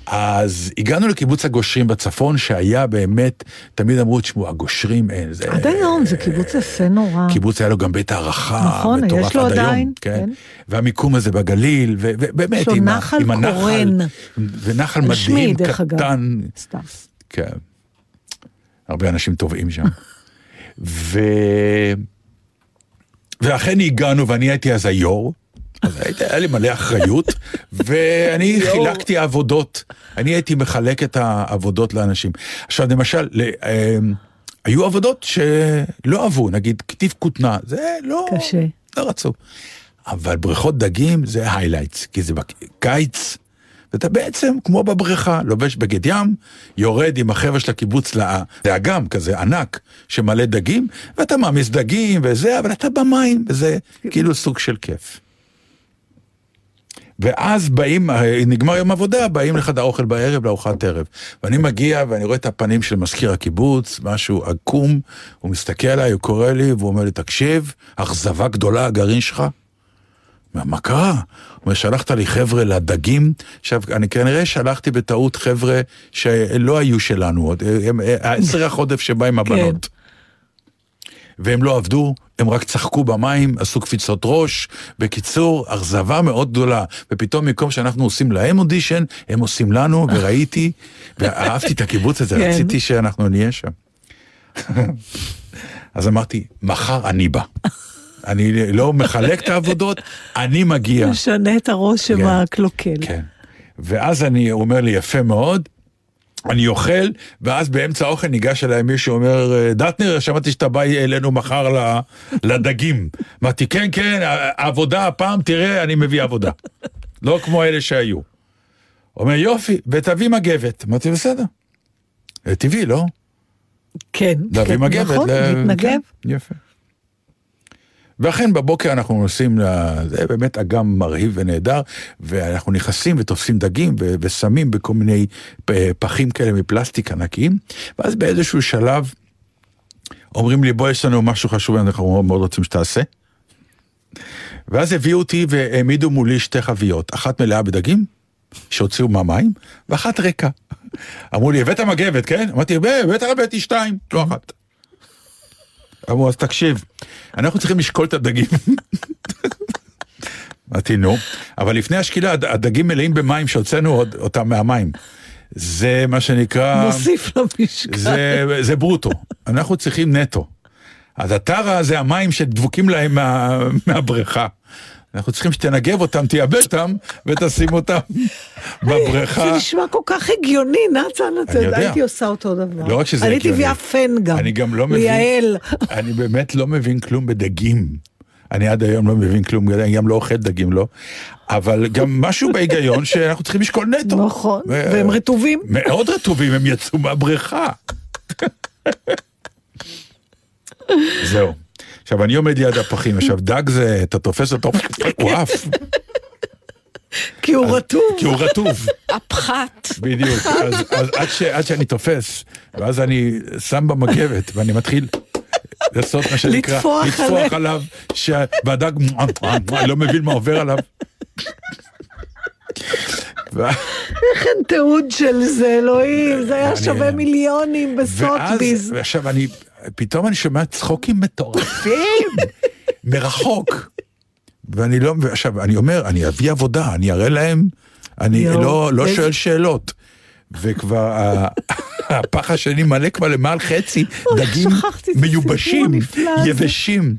Speaker 2: אז הגענו לקיבוץ הגושרים בצפון, שהיה באמת, תמיד אמרו, תשמעו, הגושרים אין. זה,
Speaker 3: עד היום זה קיבוץ יפה נורא.
Speaker 2: קיבוץ היה לו גם בית הערכה,
Speaker 3: אה. נכון,
Speaker 2: מטורף
Speaker 3: יש לו
Speaker 2: עד היום,
Speaker 3: עדיין,
Speaker 2: כן.
Speaker 3: כן.
Speaker 2: והמיקום הזה בגליל, ו- ובאמת,
Speaker 3: יש לו
Speaker 2: עם, ה-
Speaker 3: נחל
Speaker 2: עם הנחל,
Speaker 3: קורן.
Speaker 2: ונחל
Speaker 3: על שמי,
Speaker 2: מדהים,
Speaker 3: דרך אגב.
Speaker 2: קטן,
Speaker 3: סתם.
Speaker 2: כן. הרבה אנשים טובעים שם. ו... ואכן הגענו, ואני הייתי אז היו"ר, אז הייתי, היה לי מלא אחריות, ואני חילקתי עבודות. אני הייתי מחלק את העבודות לאנשים. עכשיו, למשל, ל... אה, היו עבודות שלא אהבו, נגיד כתיב כותנה, זה לא...
Speaker 3: קשה.
Speaker 2: לא רצו. אבל בריכות דגים זה highlights, כי זה בקיץ, ואתה בעצם, כמו בבריכה, לובש בגד ים, יורד עם החבר'ה של הקיבוץ לאה, זה אגם כזה ענק שמלא דגים, ואתה מעמיס דגים וזה, אבל אתה במים, וזה כאילו סוג של כיף. ואז באים, אה, נגמר יום עבודה, באים לחדר אוכל בערב לארוחת ערב. ואני מגיע ואני רואה את הפנים של מזכיר הקיבוץ, משהו עקום, הוא מסתכל עליי, הוא קורא לי, והוא אומר לי, תקשיב, אכזבה גדולה הגרעין שלך. מה, מה קרה? הוא אומר, שלחת לי חבר'ה לדגים. עכשיו, אני כנראה שלחתי בטעות חבר'ה שלא היו שלנו עוד, הם- אה, הסרח עודף שבא עם הבנות. והם לא עבדו, הם רק צחקו במים, עשו קפיצות ראש. בקיצור, אכזבה מאוד גדולה. ופתאום במקום שאנחנו עושים להם אודישן, הם עושים לנו, וראיתי, ואהבתי את הקיבוץ הזה,
Speaker 3: כן.
Speaker 2: רציתי שאנחנו נהיה שם. אז אמרתי, מחר אני בא. אני לא מחלק את העבודות, אני מגיע.
Speaker 3: משנה את הרושם
Speaker 2: כן.
Speaker 3: הקלוקל.
Speaker 2: כן. ואז אני, הוא אומר לי, יפה מאוד, אני אוכל, ואז באמצע האוכל ניגש אליי מישהו, אומר, דטנר, שמעתי שאתה בא אלינו מחר ל- לדגים. אמרתי, כן, כן, ע- עבודה הפעם, תראה, אני מביא עבודה. לא כמו אלה שהיו. אומר, יופי, ותביא מגבת. אמרתי, בסדר. "אה, טבעי, לא?
Speaker 3: כן.
Speaker 2: להביא
Speaker 3: כן,
Speaker 2: מגבת.
Speaker 3: נכון,
Speaker 2: ל-
Speaker 3: להתנגב.
Speaker 2: כן, יפה. ואכן בבוקר אנחנו נוסעים, ל- זה באמת אגם מרהיב ונהדר, ואנחנו נכנסים ותופסים דגים ו- ושמים בכל מיני פ- פחים כאלה מפלסטיק ענקיים, ואז באיזשהו שלב אומרים לי, בוא, יש לנו משהו חשוב, אנחנו מאוד רוצים שתעשה. ואז הביאו אותי והעמידו מולי שתי חביות, אחת מלאה בדגים, שהוציאו מהמים, ואחת ריקה. אמרו לי, הבאת מגבת, כן? אמרתי, "ב- בטח הבאתי שתיים, לא אחת. אמרו, אז תקשיב, אנחנו צריכים לשקול את הדגים. אמרתי, נו, אבל לפני השקילה הד- הדגים מלאים במים שהוצאנו עוד- אותם מהמים. זה מה שנקרא...
Speaker 3: מוסיף למשקל.
Speaker 2: [LAUGHS] זה, זה ברוטו, אנחנו צריכים נטו. אז הטרה זה המים שדבוקים להם מה, מהבריכה. אנחנו צריכים שתנגב אותם, תייבא אותם, ותשים אותם
Speaker 3: זה
Speaker 2: בבריכה.
Speaker 3: נשמע כל כך הגיוני, נתן, אתה
Speaker 2: אה, יודע.
Speaker 3: הייתי עושה אותו דבר.
Speaker 2: לא רק שזה
Speaker 3: אני הייתי
Speaker 2: הגיוני.
Speaker 3: מביאה פן גם.
Speaker 2: אני גם לא מבין.
Speaker 3: ליעל.
Speaker 2: אני באמת לא מבין כלום בדגים. אני עד היום לא מבין כלום, אני גם לא אוכל דגים, לא. אבל גם משהו בהיגיון שאנחנו צריכים לשקול נטו.
Speaker 3: נכון,
Speaker 2: ו-
Speaker 3: והם רטובים.
Speaker 2: מאוד רטובים, הם יצאו מהבריכה. זהו. עכשיו, אני עומד ליד הפחים, עכשיו, דג זה, אתה תופס אותו, הוא עף,
Speaker 3: כי הוא רטוב.
Speaker 2: כי הוא רטוב,
Speaker 4: הפחת.
Speaker 2: בדיוק. אז, אז עד, ש, עד שאני תופס, ואז אני שם במגבת, ואני מתחיל לעשות מה שנקרא,
Speaker 3: לטפוח עליו.
Speaker 2: עליו, ש... והדג, אני לא מבין מה עובר עליו. ו-
Speaker 3: אין כן, תיעוד של זה, אלוהים, זה היה
Speaker 2: אני-
Speaker 3: שווה מיליונים
Speaker 2: ואז, [LAUGHS]
Speaker 3: בסוטביז.
Speaker 2: עכשיו אני, פתאום אני שומע צחוקים מטורפים, מרחוק. ואני לא, עכשיו, אני אומר, אני אביא עבודה, אני אראה להם, אני
Speaker 3: יואו,
Speaker 2: לא, לא
Speaker 3: איזה-
Speaker 2: שואל שאלות. וכבר ה- [LAUGHS] הפח השני מלא כבר למעל חצי
Speaker 3: אוי,
Speaker 2: דגים
Speaker 3: שכחתי את
Speaker 2: מיובשים,
Speaker 3: הסיפור הנפלא הזה.
Speaker 2: יבשים.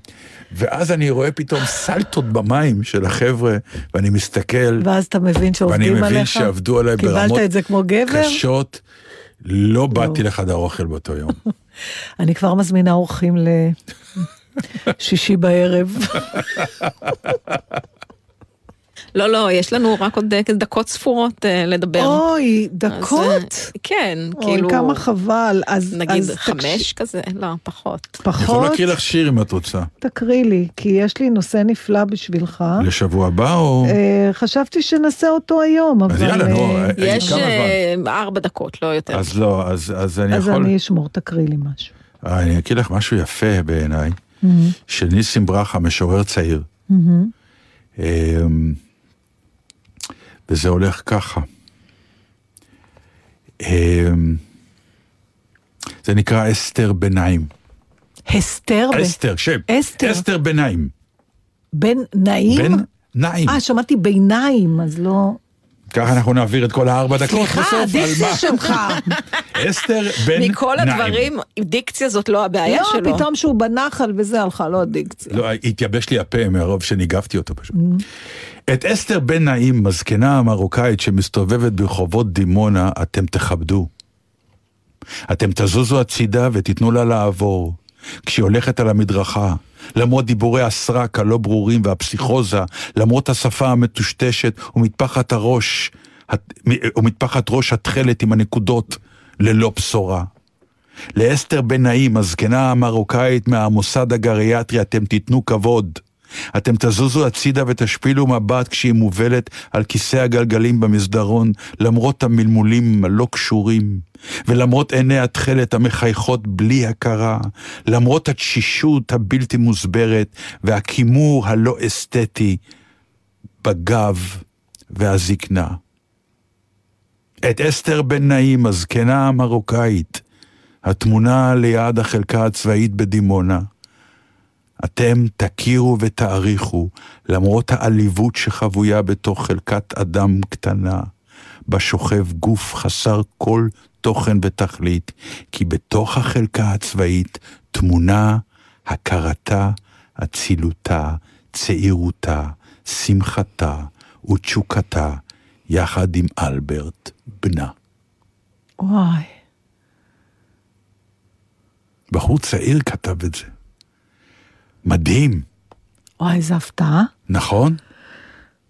Speaker 2: ואז אני רואה פתאום סלטות במים של החבר'ה, ואני מסתכל,
Speaker 3: ואז אתה מבין
Speaker 2: ואני
Speaker 3: שעובדים עליך?
Speaker 2: מבין שעבדו עליי ברמות
Speaker 3: קיבלת את זה כמו גבר?
Speaker 2: קשות. לא באתי לחדר אוכל באותו יום.
Speaker 3: אני כבר מזמינה אורחים לשישי
Speaker 4: [LAUGHS]
Speaker 3: בערב.
Speaker 4: לא, לא, יש לנו רק עוד אה, דקות ספורות אה, לדבר.
Speaker 3: אוי,
Speaker 4: אז,
Speaker 3: דקות?
Speaker 4: אה, כן,
Speaker 3: אוי,
Speaker 4: כאילו,
Speaker 3: כמה חבל. אז
Speaker 4: נגיד
Speaker 3: אז
Speaker 4: חמש כזה, לא, פחות.
Speaker 3: תקש-
Speaker 2: אני יכול
Speaker 3: פחות,
Speaker 2: להקריא לך שיר אם את רוצה.
Speaker 3: תקריא לי, כי יש לי נושא נפלא בשבילך.
Speaker 2: לשבוע הבא או...
Speaker 3: אה, חשבתי שנעשה אותו היום, אבל...
Speaker 2: אז יאללה, נו,
Speaker 3: אה,
Speaker 2: אה, אה,
Speaker 4: יש
Speaker 2: כמה זמן?
Speaker 4: אה, ארבע דקות, לא יותר.
Speaker 2: אז לא, אז אז אני
Speaker 3: כן. אז
Speaker 2: יכול...
Speaker 3: אני אשמור, תקריא לי משהו.
Speaker 2: אה, אני אקריא לך משהו יפה בעיניי,
Speaker 3: Mm-hmm.
Speaker 2: של ניסים ברכה, משורר צעיר. אמ, וזה הולך ככה. אמ, זה נקרא אסתר ביניים.
Speaker 3: הסתר
Speaker 2: אסתר, שם.
Speaker 3: אוקיי. אסתר.
Speaker 2: אסתר ביניים.
Speaker 3: בין נעים?
Speaker 2: בן נעים.
Speaker 3: אה, שמעתי ביניים, אז לא...
Speaker 2: ככה אנחנו נעביר את כל הארבע דקות בסוף.
Speaker 3: סליחה,
Speaker 2: על
Speaker 3: הדיקציה
Speaker 2: מה? [LAUGHS]
Speaker 3: שלך.
Speaker 2: אסתר בן נעים.
Speaker 4: מכל הדברים, דיקציה זאת לא הבעיה
Speaker 3: לא,
Speaker 4: שלו.
Speaker 3: פתאום שהוא בנחל וזה הלכה, לא הדיקציה.
Speaker 2: לא, התייבש לי הפה מרוב שניגבתי אותו פשוט. את אסתר בן נעים, הזקנה המרוקאית שמסתובבת ברחובות דימונה, אתם תכבדו. אתם תזוזו הצידה ותיתנו לה לעבור. כשהיא הולכת על המדרכה, למרות דיבורי הסרק הלא ברורים והפסיכוזה, למרות השפה המטושטשת ומטפחת הראש, הת- מ- ומטפחת ראש התכלת עם הנקודות ללא בשורה. לאסתר בן-נעים, הזקנה המרוקאית מהמוסד הגריאטרי, אתם תיתנו כבוד. אתם תזוזו הצידה ותשפילו מבט כשהיא מובלת על כיסא הגלגלים במסדרון, למרות המלמולים הלא קשורים, ולמרות עיני התכלת המחייכות בלי הכרה, למרות התשישות הבלתי מוסברת והכימור הלא אסתטי בגב והזקנה. את אסתר בן נעים, הזקנה המרוקאית, התמונה ליד החלקה הצבאית בדימונה. אתם תכירו ותעריכו, למרות העליבות שחבויה בתוך חלקת אדם קטנה, בה שוכב גוף חסר כל תוכן ותכלית, כי בתוך החלקה הצבאית תמונה הכרתה, אצילותה, צעירותה, שמחתה ותשוקתה, יחד עם אלברט, בנה.
Speaker 3: וואי.
Speaker 2: בחור צעיר כתב את זה. מדהים,
Speaker 3: וואי, איזה הפתעה.
Speaker 2: נכון?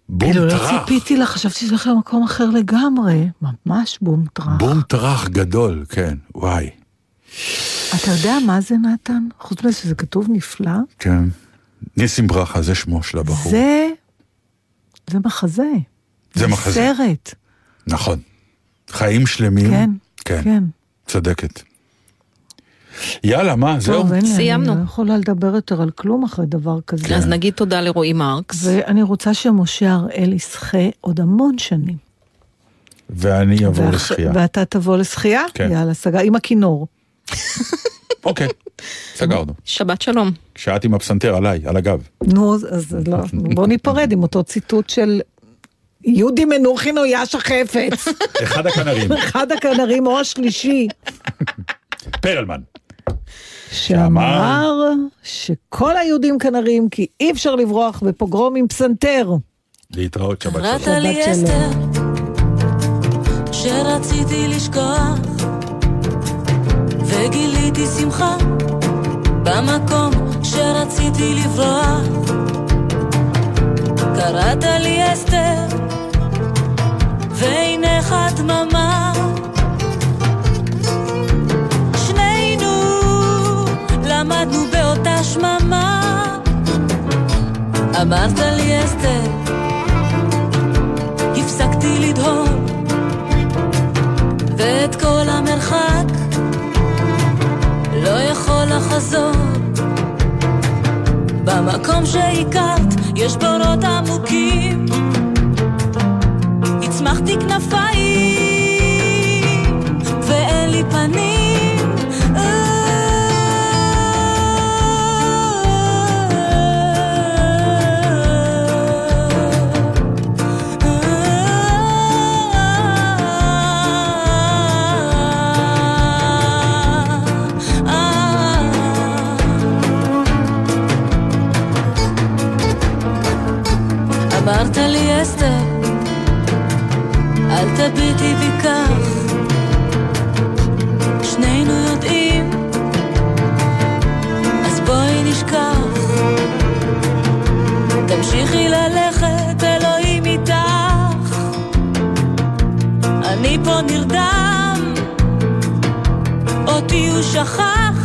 Speaker 2: בום
Speaker 3: כאילו, לא
Speaker 2: טראח,
Speaker 3: ציפיתי לה, חשבתי שזה הולך למקום אחר לגמרי. ממש בום טראח.
Speaker 2: בום טראח גדול, כן, וואי,
Speaker 3: אתה יודע מה זה, נתן? חוץ מזה שזה כתוב נפלא,
Speaker 2: כן. ניסים ברכה, זה שמו של הבחור.
Speaker 3: זה... זה מחזה.
Speaker 2: זה מחזה.
Speaker 3: סרט.
Speaker 2: נכון. חיים שלמים.
Speaker 3: כן.
Speaker 2: כן,
Speaker 3: כן.
Speaker 2: צודקת. יאללה, מה, זהו?
Speaker 3: טוב, אין לי,
Speaker 4: סיימנו. כן.
Speaker 3: אני לא יכולה לדבר יותר על כלום אחרי דבר כזה.
Speaker 4: אז נגיד תודה לרועי מרקס.
Speaker 3: ואני רוצה שמשה הראל ישחה עוד המון שנים.
Speaker 2: ואני אעבור
Speaker 3: ואח-
Speaker 2: לשחייה.
Speaker 3: ואתה תבוא לשחייה?
Speaker 2: כן.
Speaker 3: יאללה, סגר, עם הכינור.
Speaker 2: אוקיי, סגרנו.
Speaker 4: שבת שלום.
Speaker 2: שעת עם הפסנתר עליי, על הגב.
Speaker 3: נו, אז- אז לא, בוא ניפרד עם אותו ציטוט של יהודי מנוחין או יאשה חפץ,
Speaker 2: אחד
Speaker 3: [LAUGHS]
Speaker 2: הכנרים,
Speaker 3: אחד הכנרים או השלישי,
Speaker 2: פרלמן.
Speaker 3: שאמר שכל היהודים כנרים כי אי אפשר לברוח בפוגרום עם פסנתר.
Speaker 2: להתראות שבת שלום.
Speaker 6: קראת לי
Speaker 3: שבת
Speaker 6: אסתר,
Speaker 3: שלום.
Speaker 6: שרציתי לשכוח, וגיליתי שמחה, במקום שרציתי לברוח. קראת לי אסתר, והינך הדממה. שנינו למדנו באותה שממה. אמרת לי אסתר, הפסקתי לדהום ואת כל המרחק לא יכול לחזור במקום שהכרת יש בורות עמוקים הצמחתי כנפיים ואין לי פנים אה, אמרת לי אסתר, אל תביטי בי כך, שנינו יודעים, אז בואי נשכח. תמשיכי ללכת, אלוהים איתך. אני פה נרדם, אותי הוא שכח.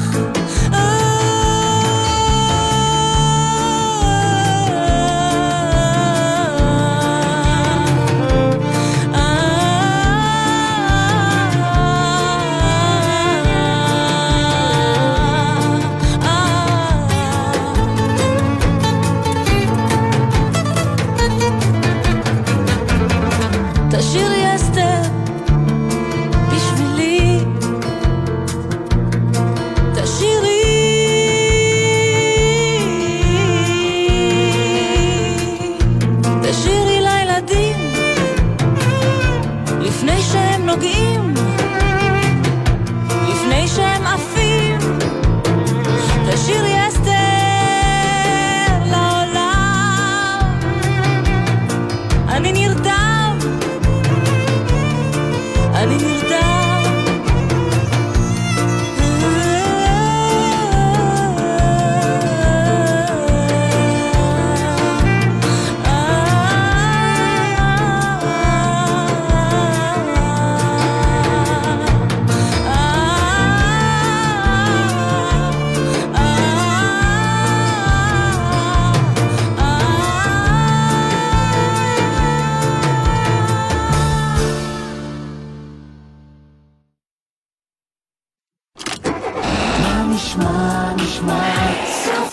Speaker 6: אה, אה, אה, אה. תשאירי אסתר בשבילי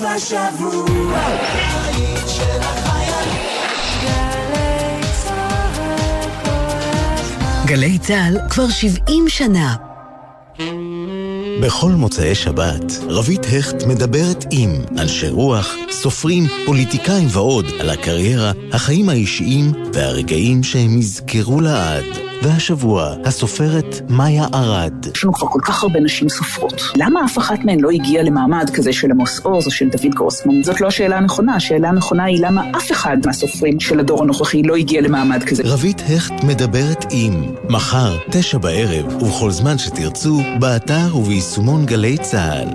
Speaker 5: השבוע. הבית של החיילים.
Speaker 6: גלי צהל כל הזמן
Speaker 8: גלי צה"ל כבר 70 שנה.
Speaker 9: בכל מוצאי שבת, רבית הכט מדברת עם אנשי רוח, סופרים, פוליטיקאים ועוד על הקריירה, החיים האישיים והרגעים שהם יזכרו לעד. והשבוע, הסופרת מאיה ארד.
Speaker 10: יש לנו כבר כל כך הרבה נשים סופרות. למה אף אחת מהן לא הגיעה למעמד כזה של עמוס עוז או של דוד גרוסמן? זאת לא השאלה הנכונה. השאלה הנכונה היא למה אף אחד מהסופרים של הדור הנוכחי לא הגיע למעמד כזה.
Speaker 9: רבית הכט מדברת עם, מחר, תשע בערב, ובכל זמן שתרצו, באתר וביישומון גלי צה"ל.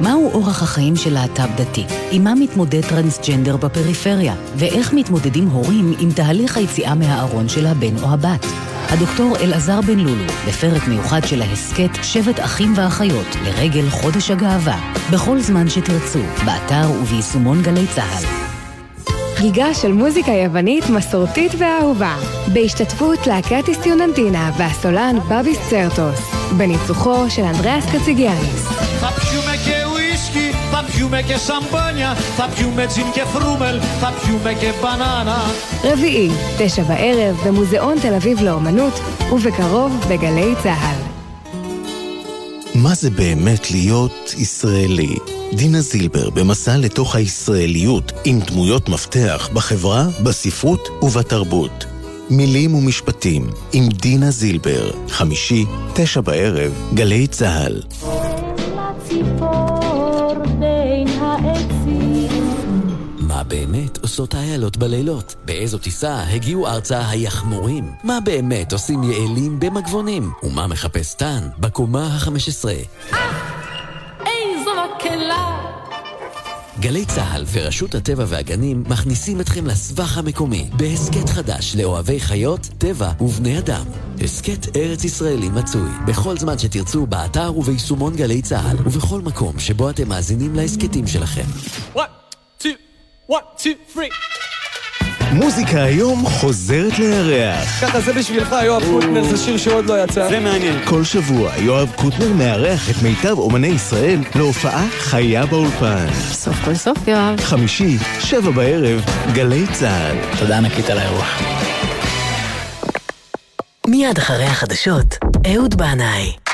Speaker 11: מהו אורח החיים של להט"ב דתי? עם מה מתמודד טרנסג'נדר בפריפריה? ואיך מתמודדים הורים עם תהליך היציאה מהארון של הבן או הבת? הדוקטור אלעזר בן לולו, בפרק מיוחד של ההסכת שבט אחים ואחיות לרגל חודש הגאווה, בכל זמן שתרצו, באתר וביישומון גלי צה"ל.
Speaker 12: חגיגה של מוזיקה יוונית מסורתית ואהובה, בהשתתפות להקת איסטיוננטינה והסולן בביס צרטוס, בניצוחו של אנדריאס קציגיאניס.
Speaker 13: Θα πιούμε και ουίσκι, θα πιούμε και σαμπάνια, θα πιούμε τζιν και φρούμελ, θα πιούμε και μπανάνα.
Speaker 12: רביעי, תשע בערב, במוזיאון תל אביב לאומנות, ובקרוב בגלי צה"ל.
Speaker 9: מה זה באמת להיות ישראלי? דינה זילבר במסע לתוך הישראליות עם דמויות מפתח בחברה, בספרות ובתרבות. מילים ומשפטים עם דינה זילבר, חמישי, תשע בערב, גלי צה"ל.
Speaker 1: לציפור בין העצים
Speaker 14: מה באמת עושות האיילות בלילות? באיזו טיסה הגיעו ארצה היחמורים? מה באמת עושים יעלים במגבונים? ומה מחפש טאן בקומה ה-15?
Speaker 1: איזו מקהלה
Speaker 14: גלי צה"ל ורשות הטבע והגנים מכניסים אתכם לסבך המקומי בהסכת חדש לאוהבי חיות, טבע ובני אדם. הסכת ארץ ישראלי מצוי בכל זמן שתרצו באתר וביישומון גלי צה"ל ובכל מקום שבו אתם מאזינים להסכתים שלכם.
Speaker 13: One, two, one, two, three.
Speaker 9: מוזיקה היום חוזרת לירח.
Speaker 15: ככה זה בשבילך, יואב קוטנר, זה שיר שעוד לא יצא. זה מעניין.
Speaker 9: כל שבוע יואב קוטנר מארח את מיטב אומני ישראל להופעה חיה באולפן.
Speaker 4: סוף כל סוף, יואב.
Speaker 9: חמישי, שבע בערב, גלי צה"ל. תודה ענקית על האירוח.
Speaker 8: מיד אחרי החדשות, אהוד בנאי.